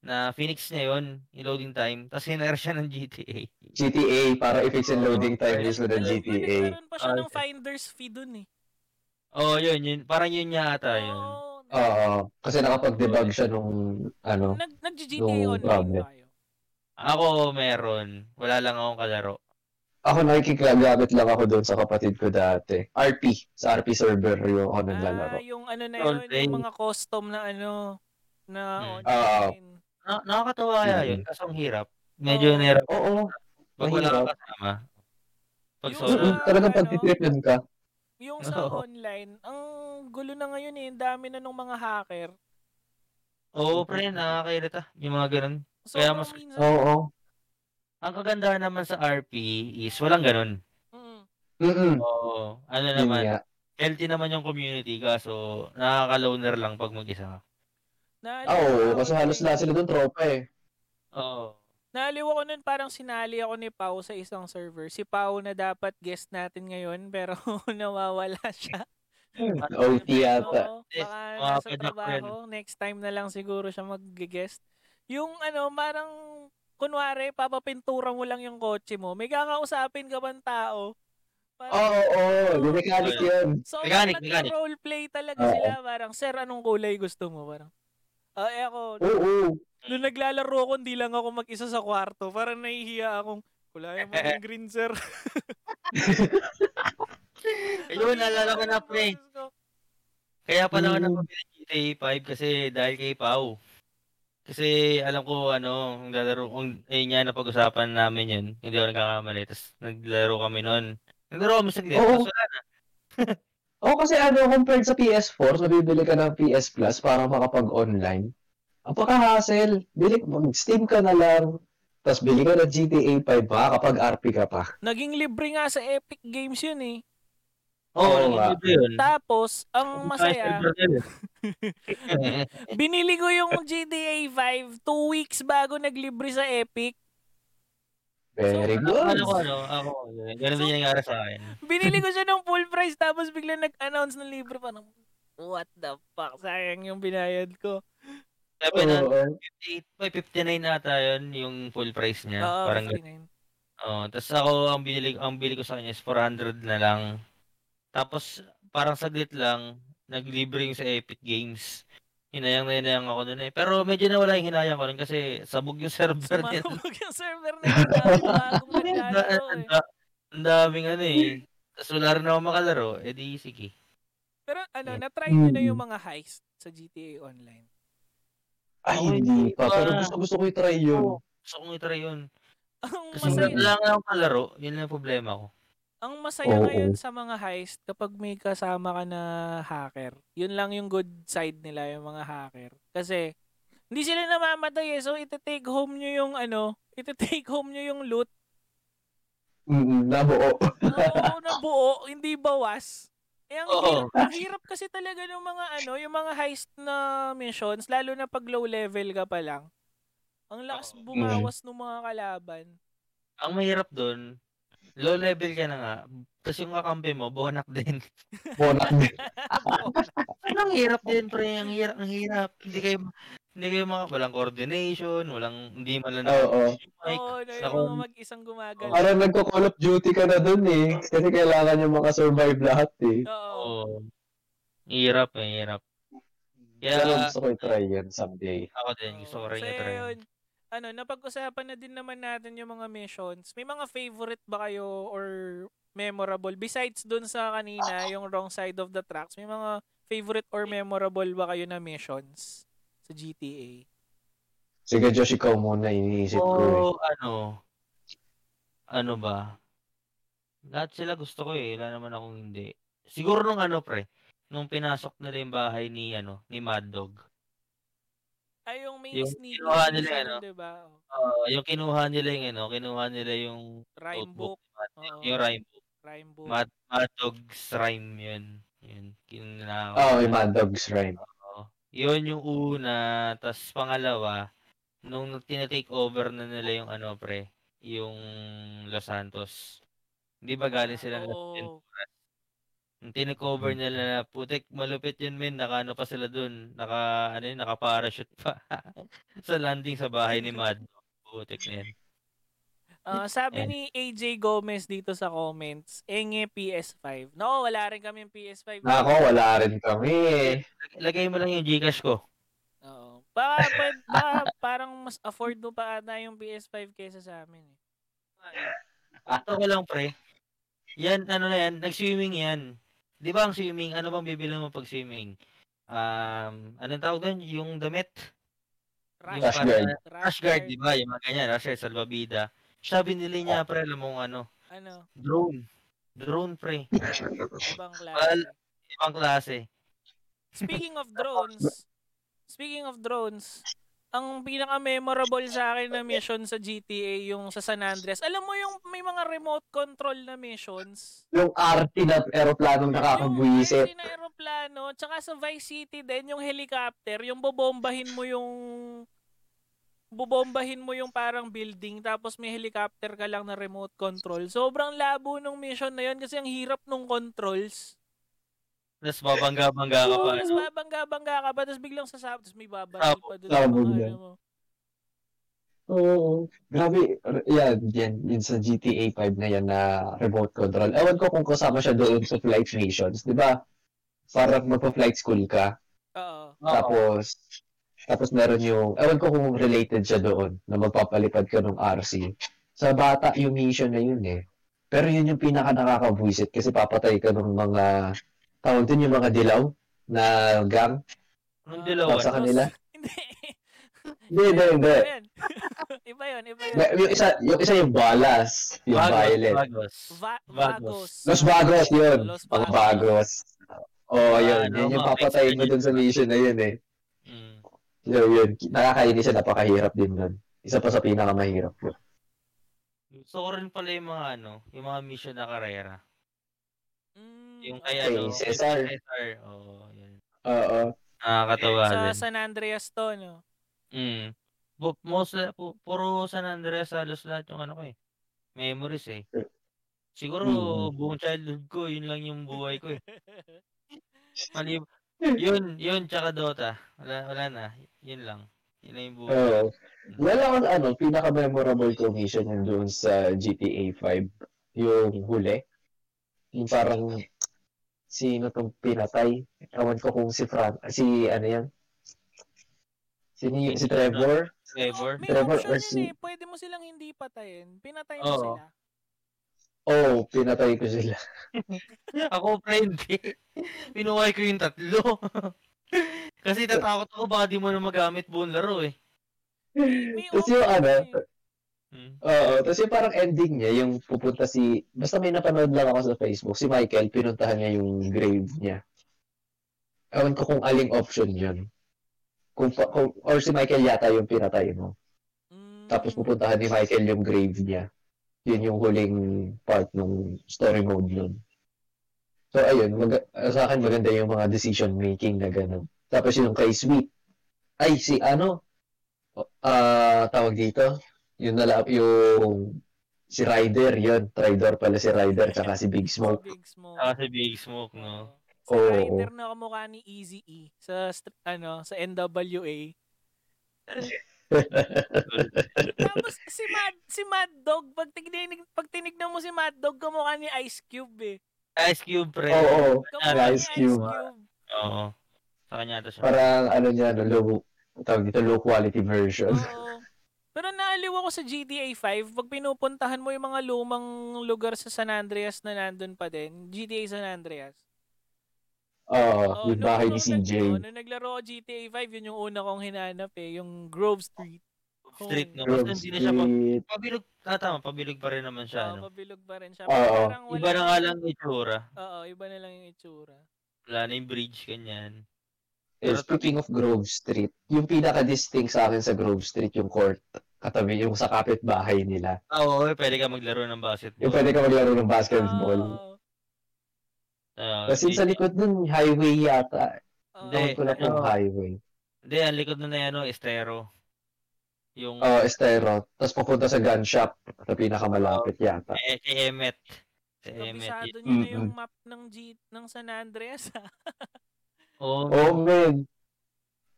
B: na Phoenix niya yun, yung loading time, tapos hinire siya ng GTA.
C: GTA para i-fix yung loading time mismo ng GTA.
A: Meron pa siya
B: Ah,
A: ng finder's fee dun eh.
B: Oh, yun, yun, parang yun yata yun.
A: Oo.
C: Oo, kasi nakapag-debug siya nung, ano,
A: Nag, nag-GTA
C: No
A: online
C: problem.
A: tayo.
B: Ako meron, wala lang akong kalaro.
C: ako nakikigamit lang ako doon sa kapatid ko dati. RP, sa RP server yung ako naglalaro.
A: Ah, yung ano na
B: Role
A: yun, yung mga custom na ano, na
B: Hmm.
C: Ah,
A: online.
B: Na- nakakatawa kaya
C: Mm.
B: yun, kaso ang hirap. Medyo
A: Oo.
B: nahirap
C: Oo,
B: pag wala
C: mahirap.
B: kang kasama. Pag
A: Yung
B: solo.
C: mm, talagang
A: ano?
C: pagtitripan ka.
A: Yung sa
B: Oo.
A: online, ang gulo na ngayon eh, ang dami na nung mga hacker.
B: Oo, pre, nakakairita. Yung mga ganun.
A: So,
B: Kaya mas-
A: minsan,
C: Oo,
B: Ang kagandahan naman sa RP is walang ganun.
C: Oh.
A: Mm.
C: mm
B: Oo. Ano
C: yun
B: naman,
C: nga.
B: healthy naman yung community kaso nakaka-loner lang pag mag-isa ka.
A: Naalala
C: Ah, Oo,
A: ko
C: kasi
A: nun
C: halos
A: eh.
C: lahat sila doon tropa eh.
B: Oo.
A: Naliw ako nun, parang sinali ako ni Pau sa isang server. Si Pau na dapat guest natin ngayon, pero nawawala siya.
C: OT yata.
A: Oo, ano,
B: Yes,
A: baka
B: mga
A: nasa
B: product
A: trabaho, next time na lang siguro siya mag-guest. Yung ano, parang, kunwari, papapintura mo lang yung kotse mo, may kakausapin ka bang tao?
C: Oo, oo, oh, mechanic yun.
A: So,
B: Mechanic,
A: mechanic,
B: mechanic.
A: roleplay talaga
C: Oo.
A: sila. Parang, sir, anong kulay gusto mo? Parang, ah, eh ako,
C: Oo,
A: nung naglalaro ko, hindi lang ako mag-isa sa kwarto. Parang nahihiya akong, kulay mo yung green, sir.
B: Ayun, naalala ko na pre. Kaya pala ako
C: Mm.
B: napapili ng GTA 5 kasi dahil kay Pau. Kasi alam ko ano, ang lalaro kung ayun nga napag-usapan namin yun. Hindi ako nagkakamali. Tapos naglaro kami noon. Naglaro kami sa
C: Oo.
B: Tapos wala na.
C: Oo, kasi ano, compared sa PS4, so bibili ka ng PS Plus para makapag-online. Ang pagka-hassle, bili, mag-Steam ka na lang, tapos bili ka ng GTA 5 pa kapag RP ka pa.
A: Naging libre nga sa Epic Games yun eh.
B: Mm-hmm. Oo,
C: Oo,
B: naging
C: nga.
B: libre yun.
A: Tapos, ang masaya,
B: Kaya server yun.
A: binili ko yung GTA 5 two weeks bago naglibre sa Epic.
C: Very
A: So,
C: good.
B: Ano ko ano, ako, ganun ganun din yung nangyari sa akin.
A: Binili ko siya ng full price tapos bigla nag-announce ng libre parang what the fuck sayang yung binayad ko.
B: Sabi
C: Oo,
B: na,
C: oo.
B: 58 by 59 ata yun, yung full price niya.
A: Oo,
B: parang
A: 59.
B: Oh, tapos ako ang binili ang bili ko sa kanya is 400 na lang. Tapos parang saglit lang naglibre yung sa Epic Games. Hinayang na hinayang ako nun eh. Pero medyo nawala yung hinayang ko nun kasi sabog yung server nila.
A: Sumabog yung server na yun. Bagong
B: Ang
A: naglalaro
B: da- ang
A: eh.
B: da- ang daming ano eh. Tapos wala rin ako makalaro. Eh di sige.
A: Pero ano, na-try nyo na yung mga heist sa GTA Online.
C: Ay,
B: Ako
C: hindi
B: hindi
C: pa.
B: pa.
C: Pero gusto, gusto ko i-try yun.
B: Oo, Gusto kong itry yun.
A: Ang
B: Kasi
C: Masaya.
A: masaya,
B: wala nga akong kalaro. Yun lang yung problema ko.
A: ang masaya
C: Oo.
A: ngayon sa mga heist kapag may kasama ka na hacker. Yun lang yung good side nila yung mga hacker. Kasi hindi sila namamatay eh. So, iti-take home nyo yung ano, iti-take home nyo yung loot.
C: Mm, nabuo.
A: Oo, nabuo, hindi bawas. Eh, ang,
B: Oo.
A: hirap, ang hirap kasi talaga ng mga ano, yung mga heist na missions, lalo na pag low level ka pa lang. Ang lakas
B: Oo.
A: bumawas ng mga kalaban.
B: Ang mahirap dun, low level ka na nga. Tapos yung kakampi mo, buhanak din.
C: Bonak.
B: Ang hirap din, pre. Ang hirap, ang hirap. Hindi kayo, hindi kayo maka, walang coordination, walang, hindi man lang
C: Oo.
B: yung mic.
A: Oo, na
B: Ako,
A: yung mga mag-isang gumagalaw.
C: Parang nagko-call of duty ka na dun eh. Kasi kailangan yung makasurvive lahat eh.
A: Oo.
B: oo. Ang hirap, ang hirap. Kaya,
C: Pero gusto ko i-try yun someday.
B: ako din, gusto ko rin
A: So,
B: i-try.
A: yun. Ano, napag-usapan na din naman natin yung mga missions. May mga favorite ba kayo
B: Ah.
A: or memorable? Besides dun sa kanina, yung wrong side of the tracks, may mga favorite or memorable ba kayo na missions sa GTA?
C: Sige, Josh, ikaw muna iniisip ko. eh.
B: O ano, ano ba? Lahat sila gusto ko eh. Wala naman akong hindi. Siguro nung ano pre, nung pinasok nila yung bahay ni ano, ni Mad Dog.
A: Ay, yung may
B: Yung
A: sneaky
B: kinuha nila,
A: minsan,
B: ano?
A: Diba? Oh,
B: Ah, yung kinuha nila yung ano, kinuha nila yung
A: Rhyme book.
B: notebook ni Mad-
A: Oo,
B: Yung rhyme book.
A: rhyme book.
B: Mad, Mad Dog's rhyme yun. Yun. Kinuha.
C: Oh, yung Mad Dogs Rhyme.
B: Yun yung una, tapos pangalawa, nung tinatake over na nila yung ano pre, yung Los Santos. Hindi ba galing sila ng Los
A: Oo.
B: Nung tinikover nila na putik, malupit yun men, naka ano pa sila dun, naka ano yun, naka parachute pa sa landing sa bahay ni Mad. Putik na yun.
A: Ah, sabi ni AJ Gomez dito sa comments, Enge PS5. No, wala rin kami yung PS5.
C: Nako, wala rin kami eh.
B: Lagay mo lang yung Gcash ko.
A: Oo. Baka, pwed- baka parang mas afford mo pa ata yung PS5 kaysa sa amin. eh.
B: Ito ko lang pre. Yan, ano na yan, nag-swimming yan. Di ba ang swimming, ano bang bibili mo pag swimming? Um, anong tawag doon? Yung damit?
A: Rash,
C: Rash guard.
B: Rash guard, di ba? Yung mga ganyan, ah, rash guard, salvabida. Siya binili niya, pre, alam mong ano,
A: Ano,
B: drone. Drone, pre.
A: ibang
B: Well,
A: klase.
B: Ibang klase.
A: Speaking of drones, speaking of drones, ang pinaka-memorable sa akin na mission sa GTA yung sa San Andreas. Alam mo yung may mga remote control na missions?
C: yung arte na aeroplanong
A: Yung
C: nakakabuisit.
A: kasi na aeroplano, tsaka sa Vice City din, yung helicopter, yung bobombahin mo yung bobombahin mo yung parang building tapos may helicopter ka lang na remote control. Sobrang labo nung mission na yun kasi ang hirap nung controls.
B: Tapos babangga-bangga ka pa.
A: Tapos
B: ano?
A: babangga-bangga ka pa, tapos biglang sasabot, tapos may babangga
B: Sabog.
A: pa doon.
C: Sabog
A: mga
C: yan.
A: ano mo.
C: Oo. Grabe, r- yan, yan, yun sa GTA 5 na yan na remote control. Ewan ko kung kasama siya doon sa flight missions, di ba? Parang magpa-flight school ka,
A: Oo.
B: Oo.
C: tapos, tapos meron yung, ewan ko kung related siya doon, na magpapalipad ka ng RC. Sa bata, yung mission na yun eh. Pero yun yung pinaka nakakabuisit kasi papatay ka ng mga, tawag din yung mga dilaw na gang.
A: Ah,
B: Anong dilawan?
C: Sa kanila?
A: Hindi.
C: Hindi, hindi, hindi.
A: Iba yun. iba yun, iba yun.
C: May- Yung isa, yung isa yung balas, yung violet.
B: Vagos.
A: Va-
B: Vagos.
A: Vagos.
C: Los Bagos yun.
A: Los
C: Mga
A: Bagos.
C: Bagos. Oo, oh, yun.
B: Ano,
C: Yun yung
B: mga
C: papatayin mo
B: Mexican
C: dun sa mission na yun eh.
B: Mm.
C: So, yun. Nakakainis siya. Napakahirap din nun. Isa pa sa pinakamahirap yun.
B: Gusto ko rin pala yung mga ano, yung mga mission na karera.
A: Mm,
B: Yung
A: okay.
B: kay ano,
C: Kay Cesar.
B: kay Cesar. Oo, yun.
C: Oo.
B: Nakakatawa
A: sa
B: din.
A: San Andreas to, no?
B: Mm. Bu- most, pu- puro San Andres halos lahat yung ano ko eh. Memories eh. Siguro
C: Mm.
B: buong childhood ko, yun lang yung buhay ko eh. Mali- yun, yun, tsaka Dota. Wala, wala na. Yun lang. Yun lang yung buhay.
C: Oo. Wala akong ano, pinaka-memorable ko mission yun doon sa GTA 5. Yung huli. Yung parang sino tong pinatay. Ewan ko kung si Frank, si ano yan. Sini, si Trevor.
B: Trevor.
A: May
C: Trevor
A: option
C: or
A: yun
C: si-
A: eh. Pwede mo silang hindi patayin. Pinatay mo
B: Oo.
A: sila.
C: Oh, pinatay ko sila.
B: Ako, pre, hindi. Pinuhay ko yung tatlo. Kasi tatakot ako, baka di mo na magamit buong laro eh.
A: May
C: Tapos yung
A: option
C: ano,
A: yun eh.
B: Hmm.
C: Oo, tapos yung parang ending niya, yung pupunta si, basta may napanood lang ako sa Facebook, si Michael, pinuntahan niya yung grave niya. Ewan ko kung aling option yun. Kung, pa- kung, or si Michael yata yung pinatay mo.
A: Mm.
C: Tapos pupuntahan ni Michael yung grave niya. Yun yung huling part ng story mode nun. So ayun, mag- ah, sa akin maganda yung mga decision making na ganun. Tapos yung kay Sweet, ay si ano, ah tawag dito, yun nala, yung si Ryder, yun, Traitor pala si Ryder, tsaka si Big Smoke.
A: Si Big Smoke.
B: Saka si Big Smoke, Ah, no?
A: Sa
C: Oo.
A: rider na kamukha ni Easy E sa str- ano sa NWA. Tapos si Mad si Mad Dog pag tinignan pag tinignan mo si Mad Dog kamukha ni Ice Cube eh.
B: Ice Cube, pre.
C: Oo, oo,
A: Kamukha ni
C: Ice Cube.
B: Oo. Sa kanya ata siya.
C: parang ano niya, no, low, tawag dito, low quality version.
A: Oo. Pero naaliw ako sa GTA 5 pag pinupuntahan mo yung mga lumang lugar sa San Andreas na nandun pa din. GTA San Andreas.
B: Oh,
C: Oo, Ah, yung
A: nung-
C: bahay ni
A: nung
C: CJ.
A: nag- oh, nung naglaro ako GTA 5, yun yung una kong hinanap eh, yung Grove Street.
B: Street no.
C: Grove
B: Basta hindi na siya pa,
C: Street.
B: pabilog. Ah, tama, pabilog pa rin naman siya.
A: Ah,
B: no?
A: Mabilog pa rin siya.
C: Oo.
A: Pero parang wala
B: Ano? Iba na nga lang yung itsura.
A: Oo, iba na lang yung itsura.
B: Wala na yung bridge, ganyan.
C: Eh, speaking of Grove Street, yung pinaka-distinct sa akin sa Grove Street, yung court katabi, yung sa kapitbahay nila.
B: Ah, oo, eh, pwede ka maglaro ng basketball.
C: Yung pwede ka maglaro ng basketball.
A: Oo.
B: Ah,
C: Kasi sa
B: hindi-
C: likod nun, highway yata.
A: Oo.
B: Hindi.
C: Ewan ko na kung
B: ano.
C: highway.
B: Hindi, ang likod nun na yan, ano, estero. Yung
C: Oo, estero. Tapos pupunta sa gun shop na pinakamalapit yata.
B: eh, kay Hemet. Kay Hemet.
A: Kabisado
B: yun.
A: niyo na yung
C: Mm-mm.
A: map ng G ng San Andreas. ah.
B: Oo.
C: Oh, man.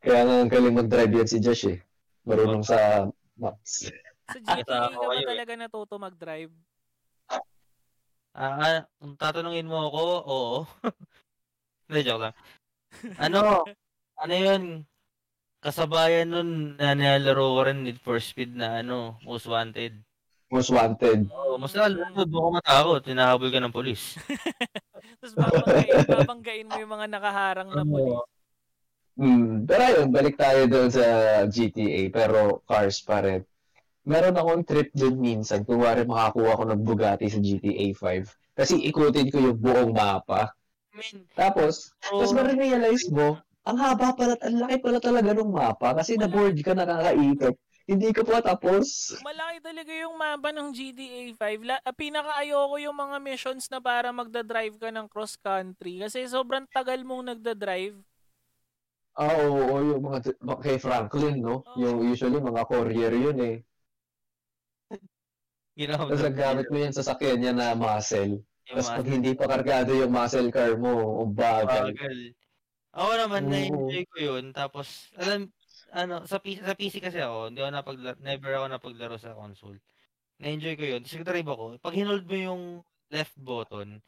C: Kaya nga ang galing mag-drive yan si Josh eh. Marunong sa maps.
A: Sa GTA ka
B: Kasama ko
A: ba
B: kayo eh.
A: talaga natuto mag-drive?
B: Ah, ah, kung tatanungin mo ako, oo. Hindi, joke lang. Ano? ano yun? Kasabayan nun na nilalaro ko rin Need for Speed na ano, Most Wanted.
C: Most wanted.
B: Oo, mas
A: Mm.
B: lalo. Huwag mo ako matakot. Tinahabol ka ng polis.
A: Tapos babanggain, babanggain mo yung mga nakaharang na pulis.
C: Ano? Mm, pero ayun, balik tayo doon sa GTA, pero cars pa rin. Meron akong trip dyan minsan, kung wari makakuha ko ng Bugatti sa GTA 5. Kasi ikutin ko yung buong mapa.
B: I mean,
C: Tapos,
B: Oo.
C: mas marirealize mo, ang haba pala, ang laki pala talaga ng mapa kasi na-board ka nakakaikot. Hindi ko pa tapos.
A: Malaki talaga yung mapa ng GTA 5. La, ah, pinaka-ayoko yung mga missions na para magda-drive ka ng cross-country. Kasi sobrang tagal mong nagda-drive.
C: Ah, Oo, oo, yung mga, kay Franklin, no? Yung usually mga courier yun eh.
B: ginawa
C: Tapos ang gamit mo yan sa sakyan niya na muscle.
B: Yung mga
C: Tapos pag hindi pa kargado yung muscle car mo, ang bagal.
B: bagal. Ako naman,
C: Oo.
B: na-enjoy ko yun. Tapos, alam, ano, sa, P- sa PC kasi ako, hindi ako napagla- never ako napaglaro sa console. Na-enjoy ko yun. Tapos nag-drive ako. Pag hinold mo yung left button,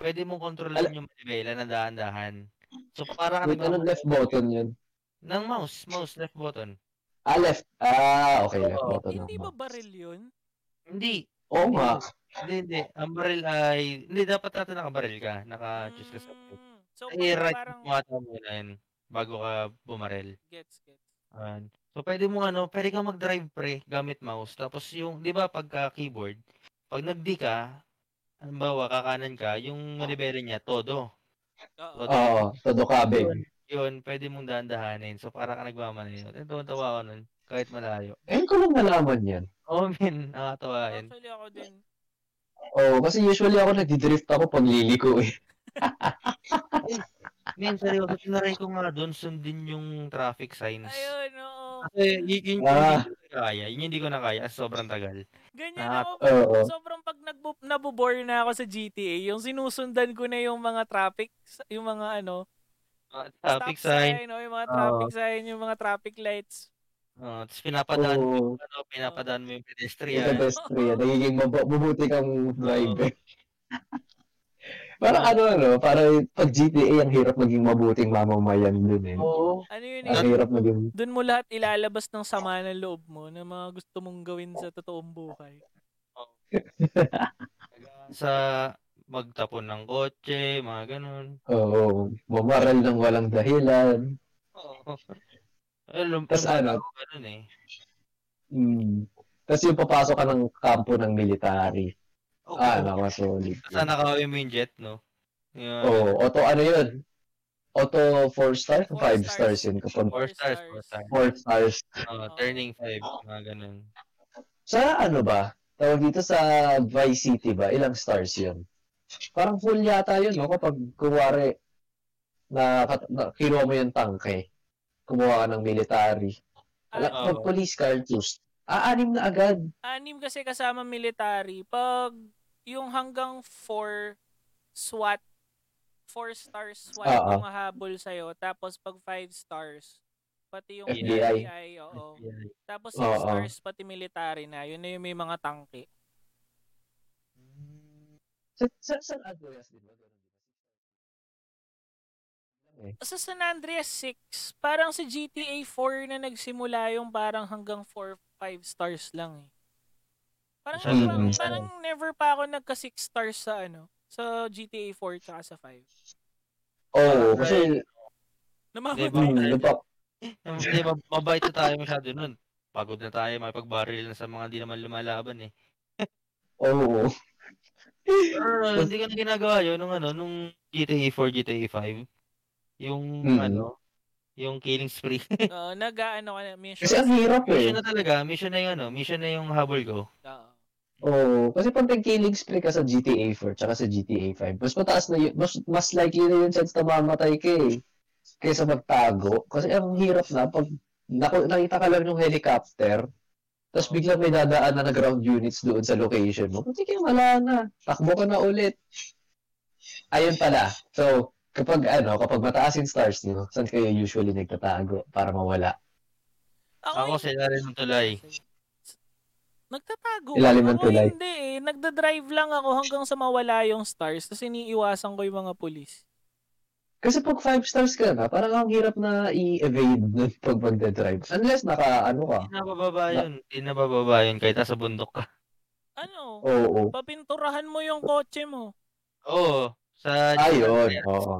B: pwede mong kontrolin yung manibela na dahan-dahan. So, para ka
C: Wait, anong left button yun?
B: Ng mouse. Mouse, left button.
C: Ah, left. Ah, okay, left
B: Oo.
C: button.
A: Hindi ba
C: ako.
A: baril yun?
B: Hindi.
C: Oo nga.
B: Hindi, hindi. Ang baril ay... Hindi, dapat natin nakabaril ka. Naka-choose ka sa...
A: Mm, so,
B: Ay,
A: parang,
B: right
A: parang
B: mo ata muna yun bago ka bumaril.
A: gets, gets.
B: Ayan. So, pwede mo ano, pwede kang mag-drive pre, gamit mouse. Tapos yung, di ba, pagka keyboard, pag nag-D ka, halimbawa, kakanan ka, yung manibela niya, todo.
A: Oo.
B: Oo.
C: Oo, todo cabin.
B: Yun, pwede mong dahan-dahanin. So, para ka nagmamanayo. Ang tuwa ko nun, kahit malayo.
C: Eh, ko lang nalaman yan.
B: Oh, man, nakatawa yun.
A: Actually, ako din.
C: Oo, kasi usually ako nagdi-drift ako pag liliko eh.
B: Man, seryoso, tinaray ko nga doon, sundin yung traffic signs.
A: Ayun, oo.
B: Kasi, y- yun, yun,
C: Ah.
B: hindi ko na kaya. Yun hindi ko na kaya, kasi sobrang tagal.
A: Ganyan
B: Ah,
A: ako.
C: oo.
A: Sobrang pag nagbo- nabobore na ako sa GTA, yung sinusundan ko na yung mga traffic, yung mga ano,
B: Ah, traffic
A: stop
B: sign.
A: sign, o yung mga
B: Oo.
A: traffic sign, yung mga traffic lights.
B: Uh, tapos pinapadaan,
C: Oo,
B: ano, pinapadaan mo yung
C: yung
B: pedestrian.
C: pedestrian. ah, Nagiging mab- mabuti kang driver. parang ano, ano, parang pag GTA, ang hirap maging mabuting mamamayan dun eh.
B: Oo.
A: Ano yun eh,
C: Ang hirap maging...
A: doon mo lahat ilalabas ng sama ng loob mo na mga gusto mong gawin sa totoong buhay.
B: sa magtapon ng kotse, mga ganun.
C: Oo, mamaral ng walang dahilan.
B: Oo. Alam,
C: Tas ano?
B: Eh, Ganun eh.
C: Mm. Tapos yung papasok ka ng kampo ng military.
B: Oo.
C: Ah, naka solid.
B: Tapos nakawin mo yung jet, no? Yun.
C: Oo, auto ano yun? Auto 4 stars o
A: Four
C: 5
A: stars.
C: stars yun? Kapag
B: Four stars, four stars. Oh.
C: 4 stars.
B: Oo, turning five, mga ganun.
C: Sa ano ba? Tawag dito sa Vice City ba? Ilang stars yun? Parang full yata yun, no? Kapag kuwari, na, na kinuha mo yung tangke, kumuha ka ng military. Ala,
A: Ah,
C: pag police car, two st- Ah, anim na agad.
A: anim kasi kasama military. Pag yung hanggang 4 SWAT, 4 stars SWAT
C: Oo.
A: yung hahabol sa'yo. Tapos pag 5 stars, pati yung
C: FBI.
A: oo.
B: Yan.
A: Tapos 6
C: Oo.
A: stars, pati military na. Yun na yung may mga tangke.
C: Sa, sa, sa Andreas, di ba? Ganun din ba? Eh.
A: Sa San Andreas 6, parang sa GTA 4 na nagsimula yung parang hanggang 4, 5 stars lang eh. Parang,
B: Masyado
A: parang,
C: lang.
A: parang never pa ako nagka 6 stars sa ano, sa GTA 4 tsaka sa 5.
C: Oo, kasi
A: Namamatay.
C: mm, lupa,
B: Hindi, mab- mabait na tayo masyado nun. Pagod na tayo, may pagbaril na sa mga di naman lumalaban eh.
C: oo.
B: Pero uh, hindi ko na ginagawa yun nung ano, nung GTA 4, GTA 5. Yung
C: Mm.
B: ano, yung killing spree.
A: Oo, nag-ano ah, ka na, mission.
C: Kasi ang hirap eh.
B: mission na talaga, mission na yung ano, mission na yung habol ko.
A: Oo.
C: Oo, kasi pag nag-killing spree ka sa GTA 4 tsaka sa GTA 5, mas mataas na yun, mas, mas likely na yung chance na mamatay ka eh, kaysa magtago. Kasi ang hirap na pag naku- nakita ka lang yung helicopter, tapos biglang may dadaan na ground units doon sa location mo, buti kayo wala na, takbo ka na ulit. Ayun pala, so kapag ano, kapag mataas yung stars niyo, saan kayo usually nagtatago para mawala?
B: Ako sa ilalim ng tulay.
A: Nagtatago.
C: Ilalim ng
A: Ako
C: tulay.
A: Hindi eh. Nagda-drive lang ako hanggang sa mawala yung stars. Tapos iniiwasan ko yung mga pulis.
C: Kasi pag five stars ka na, parang ang hirap na i-evade nun pag magdadrive. Unless naka, ano ka,
B: Hindi nabababa yun. Hindi nabababa yun kahit nasa bundok ka.
A: Ano?
C: oo.
A: Papinturahan mo yung kotse mo.
B: Oo. Sa
C: Ayun, Ah, oo.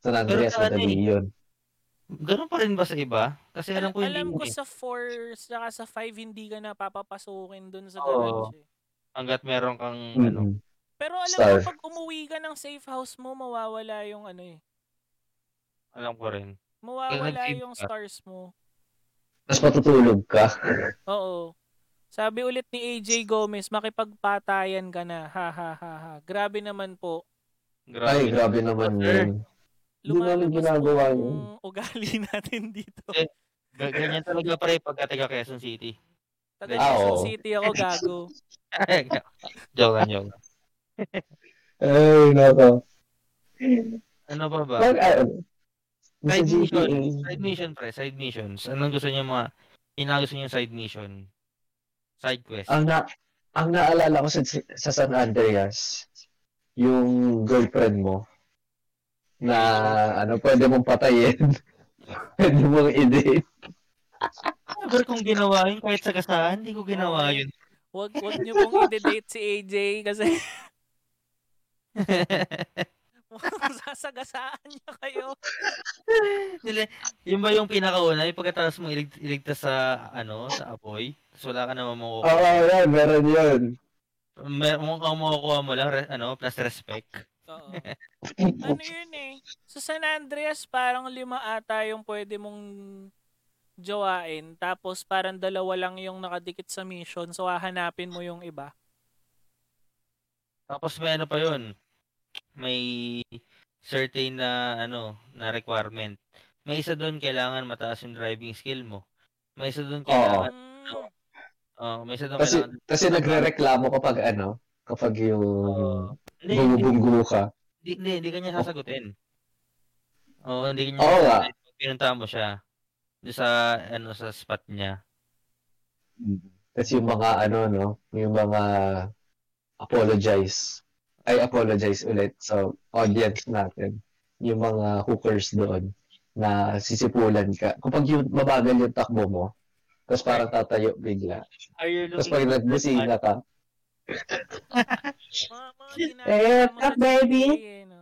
C: San
B: Pero
C: Andreas,
B: sa ano
C: madali
B: eh.
C: yun.
B: Ganun pa rin ba sa iba? Kasi alam ko hindi
A: alam ko
B: eh.
A: sa 4 saka sa 5 hindi ka na papapasukin dun sa
B: Oo.
A: garage. eh.
B: hanggat meron kang ano.
C: Mm-mm.
A: Pero alam
C: Star.
A: mo, pag umuwi ka ng safe house mo, mawawala yung ano eh.
B: Alam ko rin.
A: Mawawala
B: nag-save
A: yung
B: ka.
A: stars mo.
C: Tapos matutulog ka.
A: Oo. Sabi ulit ni AJ Gomez, makipagpatayan ka na. Ha ha ha ha. Grabe naman po.
B: Grabe.
C: Ay, grabe naman yun. Hindi namin
A: Lumalabas
C: ginagawa
A: po
C: yun.
A: ang ugali natin dito.
B: Eh, G- Ganyan talaga pre pagka taga Quezon City.
A: Taga
B: Ah,
A: Quezon
C: oo.
A: City ako, gago.
B: joke lang, joke lang.
C: Ay, nako.
B: Ano pa ba?
C: Pag, ano, sa
B: Side
C: GTA,
B: mission. Side mission pre, side missions. Anong gusto niyo mga inagusto niyo side mission? Side quest.
C: ang, na, ang naalala ko sa, sa San Andreas, yung girlfriend mo, na ano, pwede mong patayin. pwede mong i-date.
B: Never kong ginawa yun kahit sa kasahan, hindi ko ginawa yun.
A: Wag, wag niyo pong i-date si AJ kasi mukhang sasagasaan niya kayo.
B: Nila, yun ba yung pinakauna? Yung pagkatapos mong ilig- iligtas sa, ano, sa apoy? Tapos wala ka naman
C: Oo, oh,
B: makukuha.
C: yan, meron yun. Ah.
B: Mer- mukhang makukuha mo lang, re- ano, plus respect.
A: Oo. Ano yun eh. Sa San Andreas, parang lima ata yung pwede mong jowain. Tapos parang dalawa lang yung nakadikit sa mission. So hahanapin mo yung iba.
B: Tapos may ano pa yun. May certain na ano, na requirement. May isa doon kailangan mataas yung driving skill mo. May isa doon kailangan,
A: Mm.
B: oh, may isa doon
C: Ah. kasi
B: kailangan.
C: kasi nagrereklamo kapag ano, kapag yung
B: Oo. oh. Hindi, hindi,
C: bumubunggo ka.
B: hindi, hindi, hindi kanya sasagutin. Oo, hindi kanya
C: Oh. Oo nga.
B: sasagutin. Pag pinunta mo siya doon sa ano sa spot niya.
C: Kasi yung mga ano, no, yung mga apologize. Ay, apologize ulit sa audience natin. Yung mga hookers doon na sisipulan ka. Kapag yung mabagal yung takbo mo, tapos parang tatayo bigla.
B: Are you
C: Tapos pag nagbusina ka,
A: Mga, mga
C: Eh,
A: ginagawa mo
C: fuck,
A: sa
C: baby.
A: GPA, eh, no?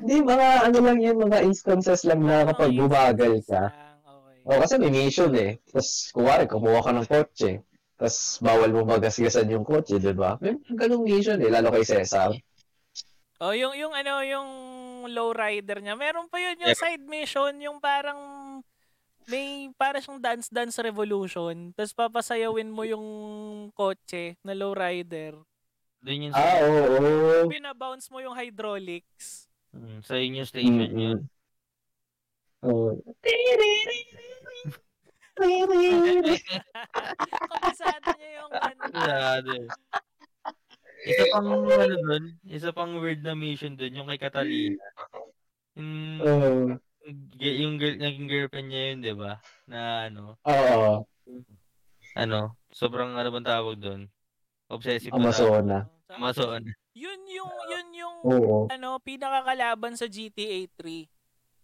C: hindi, mga ano lang yun, mga instances lang na
A: Mga
C: kapag
A: instances
C: bumagal ka,
A: lang, okay.
C: O, Oh, kasi may mission eh. Tapos, kuwari, kumuha ka ng kotse. Tapos, bawal mo magasgasan yung kotse, di ba? May mga ganung mission eh, lalo kay Cesar.
A: Oh, yung yung ano, yung low rider niya. Meron pa yun yung
B: Yep.
A: side mission, yung parang may para siyang dance dance revolution. Tapos papasayawin mo yung kotse na low rider.
B: Doon yung
C: Ah, oo, oo.
A: Pinabounce mo yung hydraulics.
B: Mm, sa inyo station
C: Mm-mm.
B: yun.
C: Oo.
A: Kabisado niya yung ano. kanta.
B: Grabe. Isa pang ano dun, isa pang weird na mission dun, yung kay Catalina. Yung,
C: Oo.
B: yung girl, naging girlfriend niya yun, di ba? Na ano,
C: Oo.
B: ano, sobrang ano bang tawag dun? Obsessive ba tawag? ano,
C: Amazona.
B: Amazon.
A: Yun yung yun yung
C: Oo.
A: ano pinakakalaban sa GTA 3.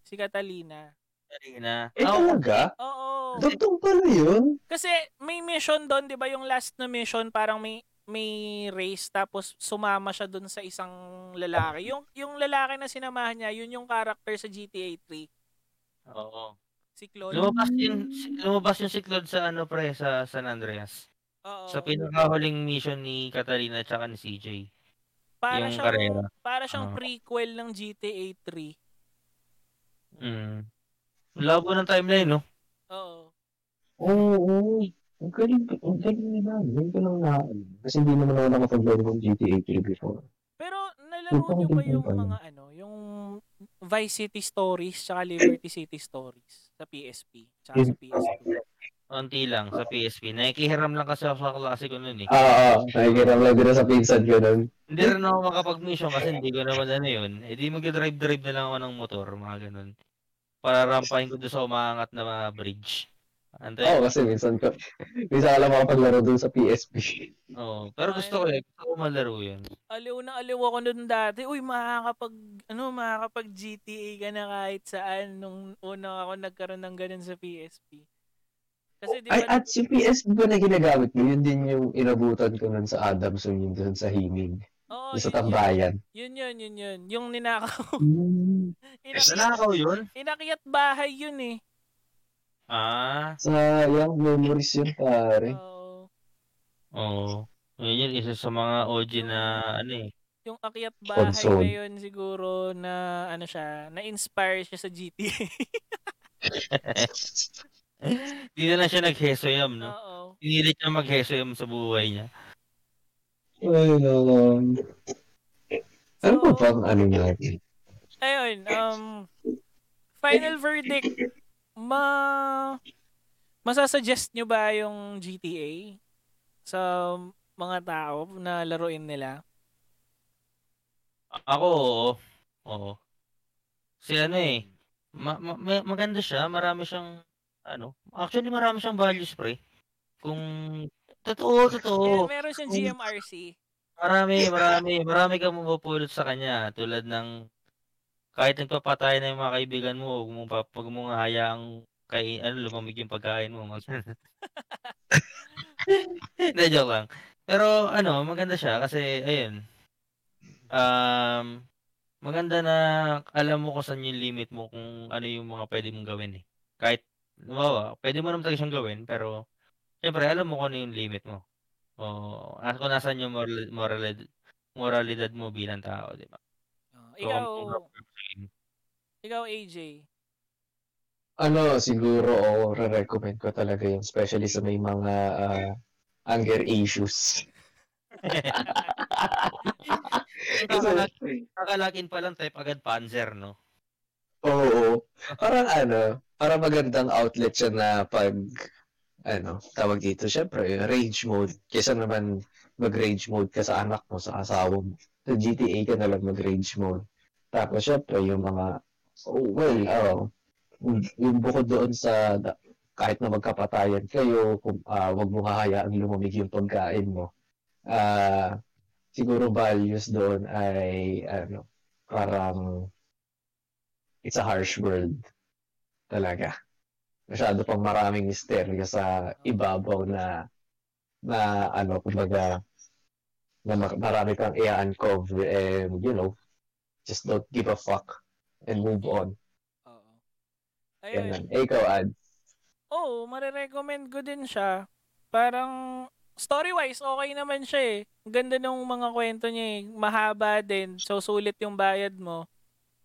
A: Si Catalina.
B: Catalina.
C: Eh,
B: Oh,
C: talaga?
A: Oo.
C: Totoo pala yun?
A: Kasi may mission doon, 'di ba, yung last na mission parang may may race tapos sumama siya dun sa isang lalaki. Yung yung lalaki na sinamahan niya, yun yung character sa GTA 3,
B: Oo.
A: si Claude.
B: Lumabas yung, lumabas yung si Claude sa ano pre, sa San Andreas.
A: Oo.
B: Sa pinakahuling mission ni Catalina at saka ni CJ.
A: para
B: yung
A: siyang
B: karera. Ah.
A: para siyang
B: Oo.
A: prequel ng GTA 3.
B: Mm. Labo ng timeline, no?
A: Oo.
C: Oo, oo. Ang galing, ang galing nila. Ngayon ko lang na, kasi hindi naman ako nakapaglaro ng GTA 3 before.
A: Pero nalaro
C: Yung
A: niyo ba yung
C: pang-
A: mga ano, yung Vice City Stories tsaka Liberty City Stories sa PSP, tsaka sa PS2.
B: Konti lang sa PSP. Nakikihiram lang kasi ako sa klase ko nun eh.
C: Oo, oo. Nakikita ko lang din sa pinsan ko nun.
B: Hindi rin ako makapag-mission kasi hindi ko naman ano yun. E di mag-drive-drive na lang ako ng motor, mga ganun. Para rampahin ko doon sa umaangat na mga bridge.
A: Eh.
B: Antay,
C: Oo, kasi minsan ko, minsan alam makapaglaro dun sa PSP.
B: Oo. Pero gusto ko eh. Gusto ko malaro yun.
A: Aliw na aliw ako noon dati. Uy, makakapag, ano, makakapag GTA ka na kahit saan nung una ako nagkaroon ng ganun sa PSP. Kasi di
C: Ay,
A: ba,
C: at si PSP ba na ginagamit ko, yun din yung inabutan ko nun sa Adamson, yun dun sa Himig,
A: oo,
C: dun
A: Oh, yun,
C: sa
A: yun,
C: Tambayan.
A: yun, yun, yun, yun. Yung ninakaw. Inakyat,
B: Nanakaw yun?
A: inakyat bahay yun eh.
B: Ah.
C: Sayang, memories yun, pare.
A: Oo.
B: Oo. Yun yun, isa sa mga OG na ano eh.
A: yung akyat bahay
C: Console.
A: na yun siguro na ano siya, na-inspire siya sa GTA. Oh.
B: Hindi na lang siya nag-hesoyam, no?
A: Oo.
B: Pinilit niya mag-hesoyam sa buhay niya.
C: Ay, nalang. Ano ba
A: So,
C: bang ano natin?
A: Ayun, um, final verdict, ma masasuggest nyo ba yung GTA sa mga tao na laruin nila?
B: Ako, oo. Oo. Si ano eh. Ma- ma- ma- maganda siya. Marami siyang, ano. Actually, marami siyang values, pre. Kung, totoo, totoo.
C: Oh,
A: Eh, meron siyang
C: um,
A: GMRC.
B: Marami, marami, marami kang mapupulot sa kanya tulad ng kahit nagpapatay na yung mga kaibigan mo, huwag mong pa- huwag mong hayaang kay ano lumamig yung pagkain mo. Na joke lang. Pero ano, maganda siya kasi ayun. Um maganda na alam mo kung saan yung limit mo kung ano yung mga pwede mong gawin eh. Kahit wow, pwede mo naman talaga siyang gawin pero syempre alam mo kung ano yung limit mo. O as kung nasaan yung moral, moralidad, moralidad mo bilang tao, di ba?
A: Oh,
B: So,
A: ikaw,
B: kung-
A: ikaw AJ.
C: Ano, siguro, oo, re-recommend ko talaga yun, especially sa may mga ah, anger issues.
B: Kakalak-
C: Kasi-
B: Kakalakin pa lang type agad panzer, no?
C: Oo. Parang ano, parang magandang outlet siya na pag, ano, tawag dito, syempre, rage mode. Kesa naman mag-rage mode ka sa anak mo, sa asawa mo. Sa GTA ka na lang mag-rage mode. Tapos syempre, yung mga, oh, well, oh, yung bukod doon sa, da- kahit na magkapatayan kayo, kung, ah, wag mo hahayaang lumamig yung pagkain mo. Ah, siguro values doon ay, ano, parang, it's a harsh world. Talaga. Masyado pang maraming misteryo sa ibabaw na na ano, kumbaga na ma- marami kang i-uncover and you know, just don't give a fuck and move on.
A: Oo.
C: Yan
A: Ayun.
C: lang. Eh, ikaw, Ad.
A: Oo, oh, marirecommend ko din siya. Parang story-wise, okay naman siya eh. Ang Ganda ng mga kwento niya eh. Mahaba din. So, sulit yung bayad mo.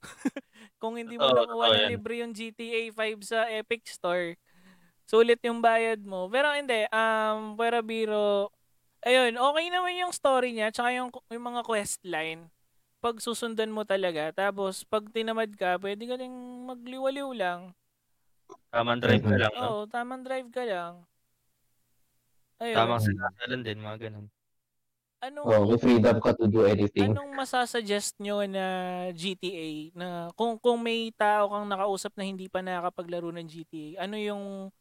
A: Kung hindi mo
B: Totoo,
A: nakuha
B: totoo
A: ng
B: yan.
A: libre yung GTA 5 sa Epic Store, sulit yung bayad mo. Pero hindi, um, pwera biro, ayun, okay naman yung story niya, tsaka yung, yung mga quest line. Pag susundan mo talaga, tapos pag tinamad ka, pwede ka rin magliwaliw lang.
B: Tamang drive ka lang, no?
A: Oo, tamang drive ka lang. Ayun.
B: Tamang sinasalan din, mga ganun.
A: Anong,
C: Oh, may freedom ka to do anything.
A: anong masasuggest nyo na GTA? Na kung, kung may tao kang nakausap na hindi pa nakakapaglaro ng GTA, ano yung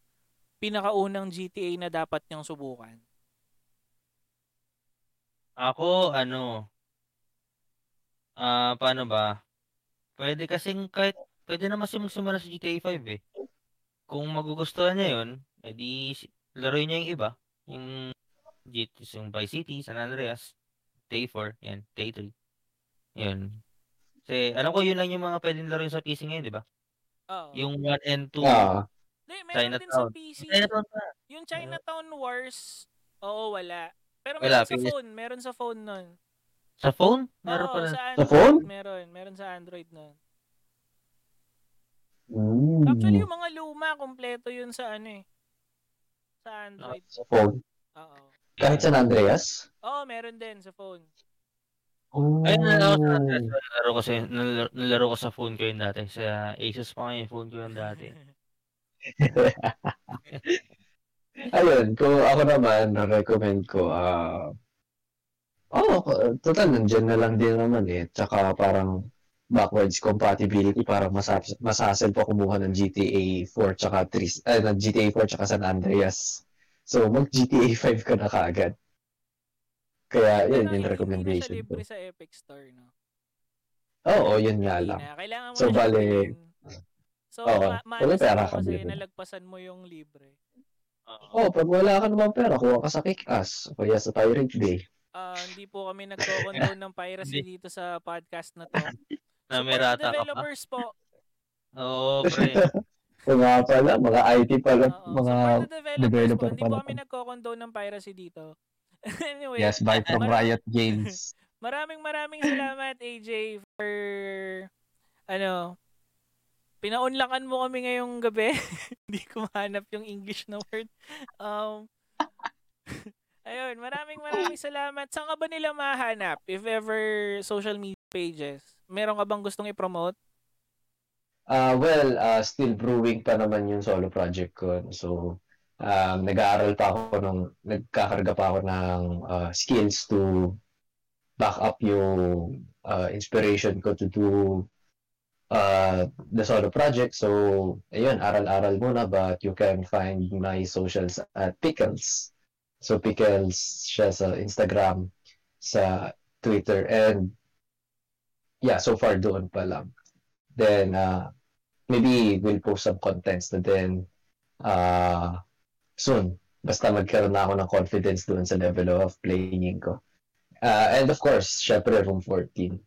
A: pinakaunang GTA na dapat niyang subukan?
B: Ako, ano, ah, paano ba? Pwede kasing kahit, pwede na mas sumula sa GTA 5 eh. Kung magugustuhan niya yun, edi si- laruin niya yung iba. Yung G- yung Vice City, San Andreas, Day 4, yan, Day 3. Yun. Kasi alam ko yun lang yung mga pwedeng laruin sa PC ngayon, di ba?
A: Oo.
B: Yung 1 and
A: Ano?
B: 2.
C: Ah,
A: Hindi, meron din sa
B: Chinatown.
A: PC.
B: Kaya na pa.
A: Yung Chinatown Wars, oo, wala. Pero meron
B: Wala,
A: sa
B: PS.
A: phone, meron sa phone nun.
B: Sa phone? Meron
A: Oo,
B: pala.
A: Sa,
C: Sa
A: Android,
C: phone?
A: Meron, meron sa Android nun.
C: mm,
A: Actually, yung mga luma, kompleto yun sa ano eh. Sa Android.
C: sa phone.
B: Ah,
A: Oo.
C: Kahit San Andreas?
A: Oo, meron din sa phone.
C: Oh.
B: Ayun, ano, nalaro ko sa Android.
C: Hmm.
B: Nalaro ko, sa, nalaro, nalaro ko sa phone ko yun dati. Sa Asus pa nga yung phone ko yun dati.
C: Ayun, kung ako naman, recommend ko, ah, oh, total, nandyan na lang din naman eh. Tsaka parang backwards compatibility para masas masasel pa kumuha ng GTA 4 tsaka 3, eh, ng GTA 4 tsaka San Andreas. So, mag GTA 5 ka na kaagad. Kaya,
A: Pero
C: yun
A: hindi-
C: yung recommendation
A: Hindi na siya
C: ko.
A: libre sa Epic Store, no?
C: Oo, yun nga
A: Hindi
C: lang.
A: na. Kailangan mo
C: So,
A: na siyang
C: bale-
A: bilhin. So,
C: Oo.
A: ma-
C: Wala
A: maalis
C: pera
A: ako
C: ka
A: kasi
C: bilhin.
A: nalagpasan mo yung libre.
B: Oo.
C: Oh, pag wala ka naman pera, kuha ka sa kick-ass. O kaya sa Pirate Bay.
A: Ah, hindi po kami nagko-condone ng piracy dito sa podcast na to. So,
B: Namirata
A: pag
B: ka pa.
A: developers po,
B: Oo, pre.
C: Yung mga pala, mga IT pala,
A: oo.
C: mga...
A: so, for the developers po,
C: Oh, developer
A: hindi po
C: pala.
A: kami nagko-condone ng piracy dito. anyway,
C: Yes, buy from
A: mar-
C: Riot Games.
A: Maraming maraming salamat AJ for ano pinaunlakan mo kami ngayong gabi. Hindi ko mahanap yung English na word. Um Ayun, maraming maraming salamat. Saan ka ba nila mahanap? If ever social media pages. Meron ka bang gustong i-promote?
C: Ah, well, ah, still brewing pa naman yung solo project ko. So, um, nag-aaral pa ako ng, nagkakarga pa ako ng ah, skills to back up yung ah, inspiration ko to do ah, the solo project. So, ayun, aral-aral muna but you can find my socials at Pickles. So, Pickles siya sa Instagram, sa Twitter, and yeah, so far doon pa lang. Then, uh, maybe we'll post some contents na din uh, soon. Basta magkaroon na ako ng confidence doon sa level of playing ko. Uh, and of course, syempre, Room 14.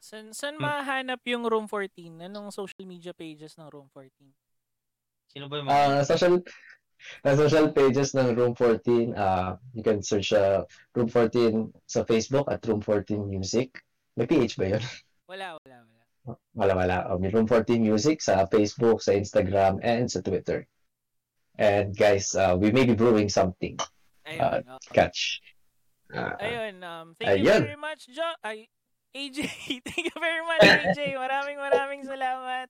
A: San, san mahanap yung Room 14? Anong social media pages ng Room 14?
B: Sino ba yung mga...
C: Uh, social, sa social pages ng Room 14, uh, you can search uh, Room 14 sa Facebook at Room 14 Music. May PH ba yun?
A: Wala, wala, wala.
C: Wala, wala. Oh, may Room 14 Music sa Facebook, sa Instagram, and sa Twitter. And guys, uh, we may be brewing something.
A: Ayun. oo.
C: catch. Ah,
A: Ayun, um, thank you
C: Ayun.
A: very much, Jo. Ay, AJ, thank you very much, AJ. Maraming maraming salamat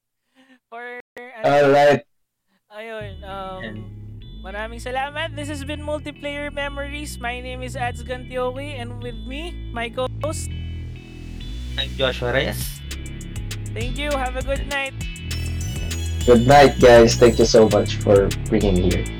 A: for, ano,
C: Alright.
A: ayun, um, maraming salamat. This has been Multiplayer Memories. My name is Ads Gantioki and with me, my co-host.
B: I'm Joshua Reyes.
A: Thank you. Have a good night.
C: Good night, guys. Thank you so much for bringing me here.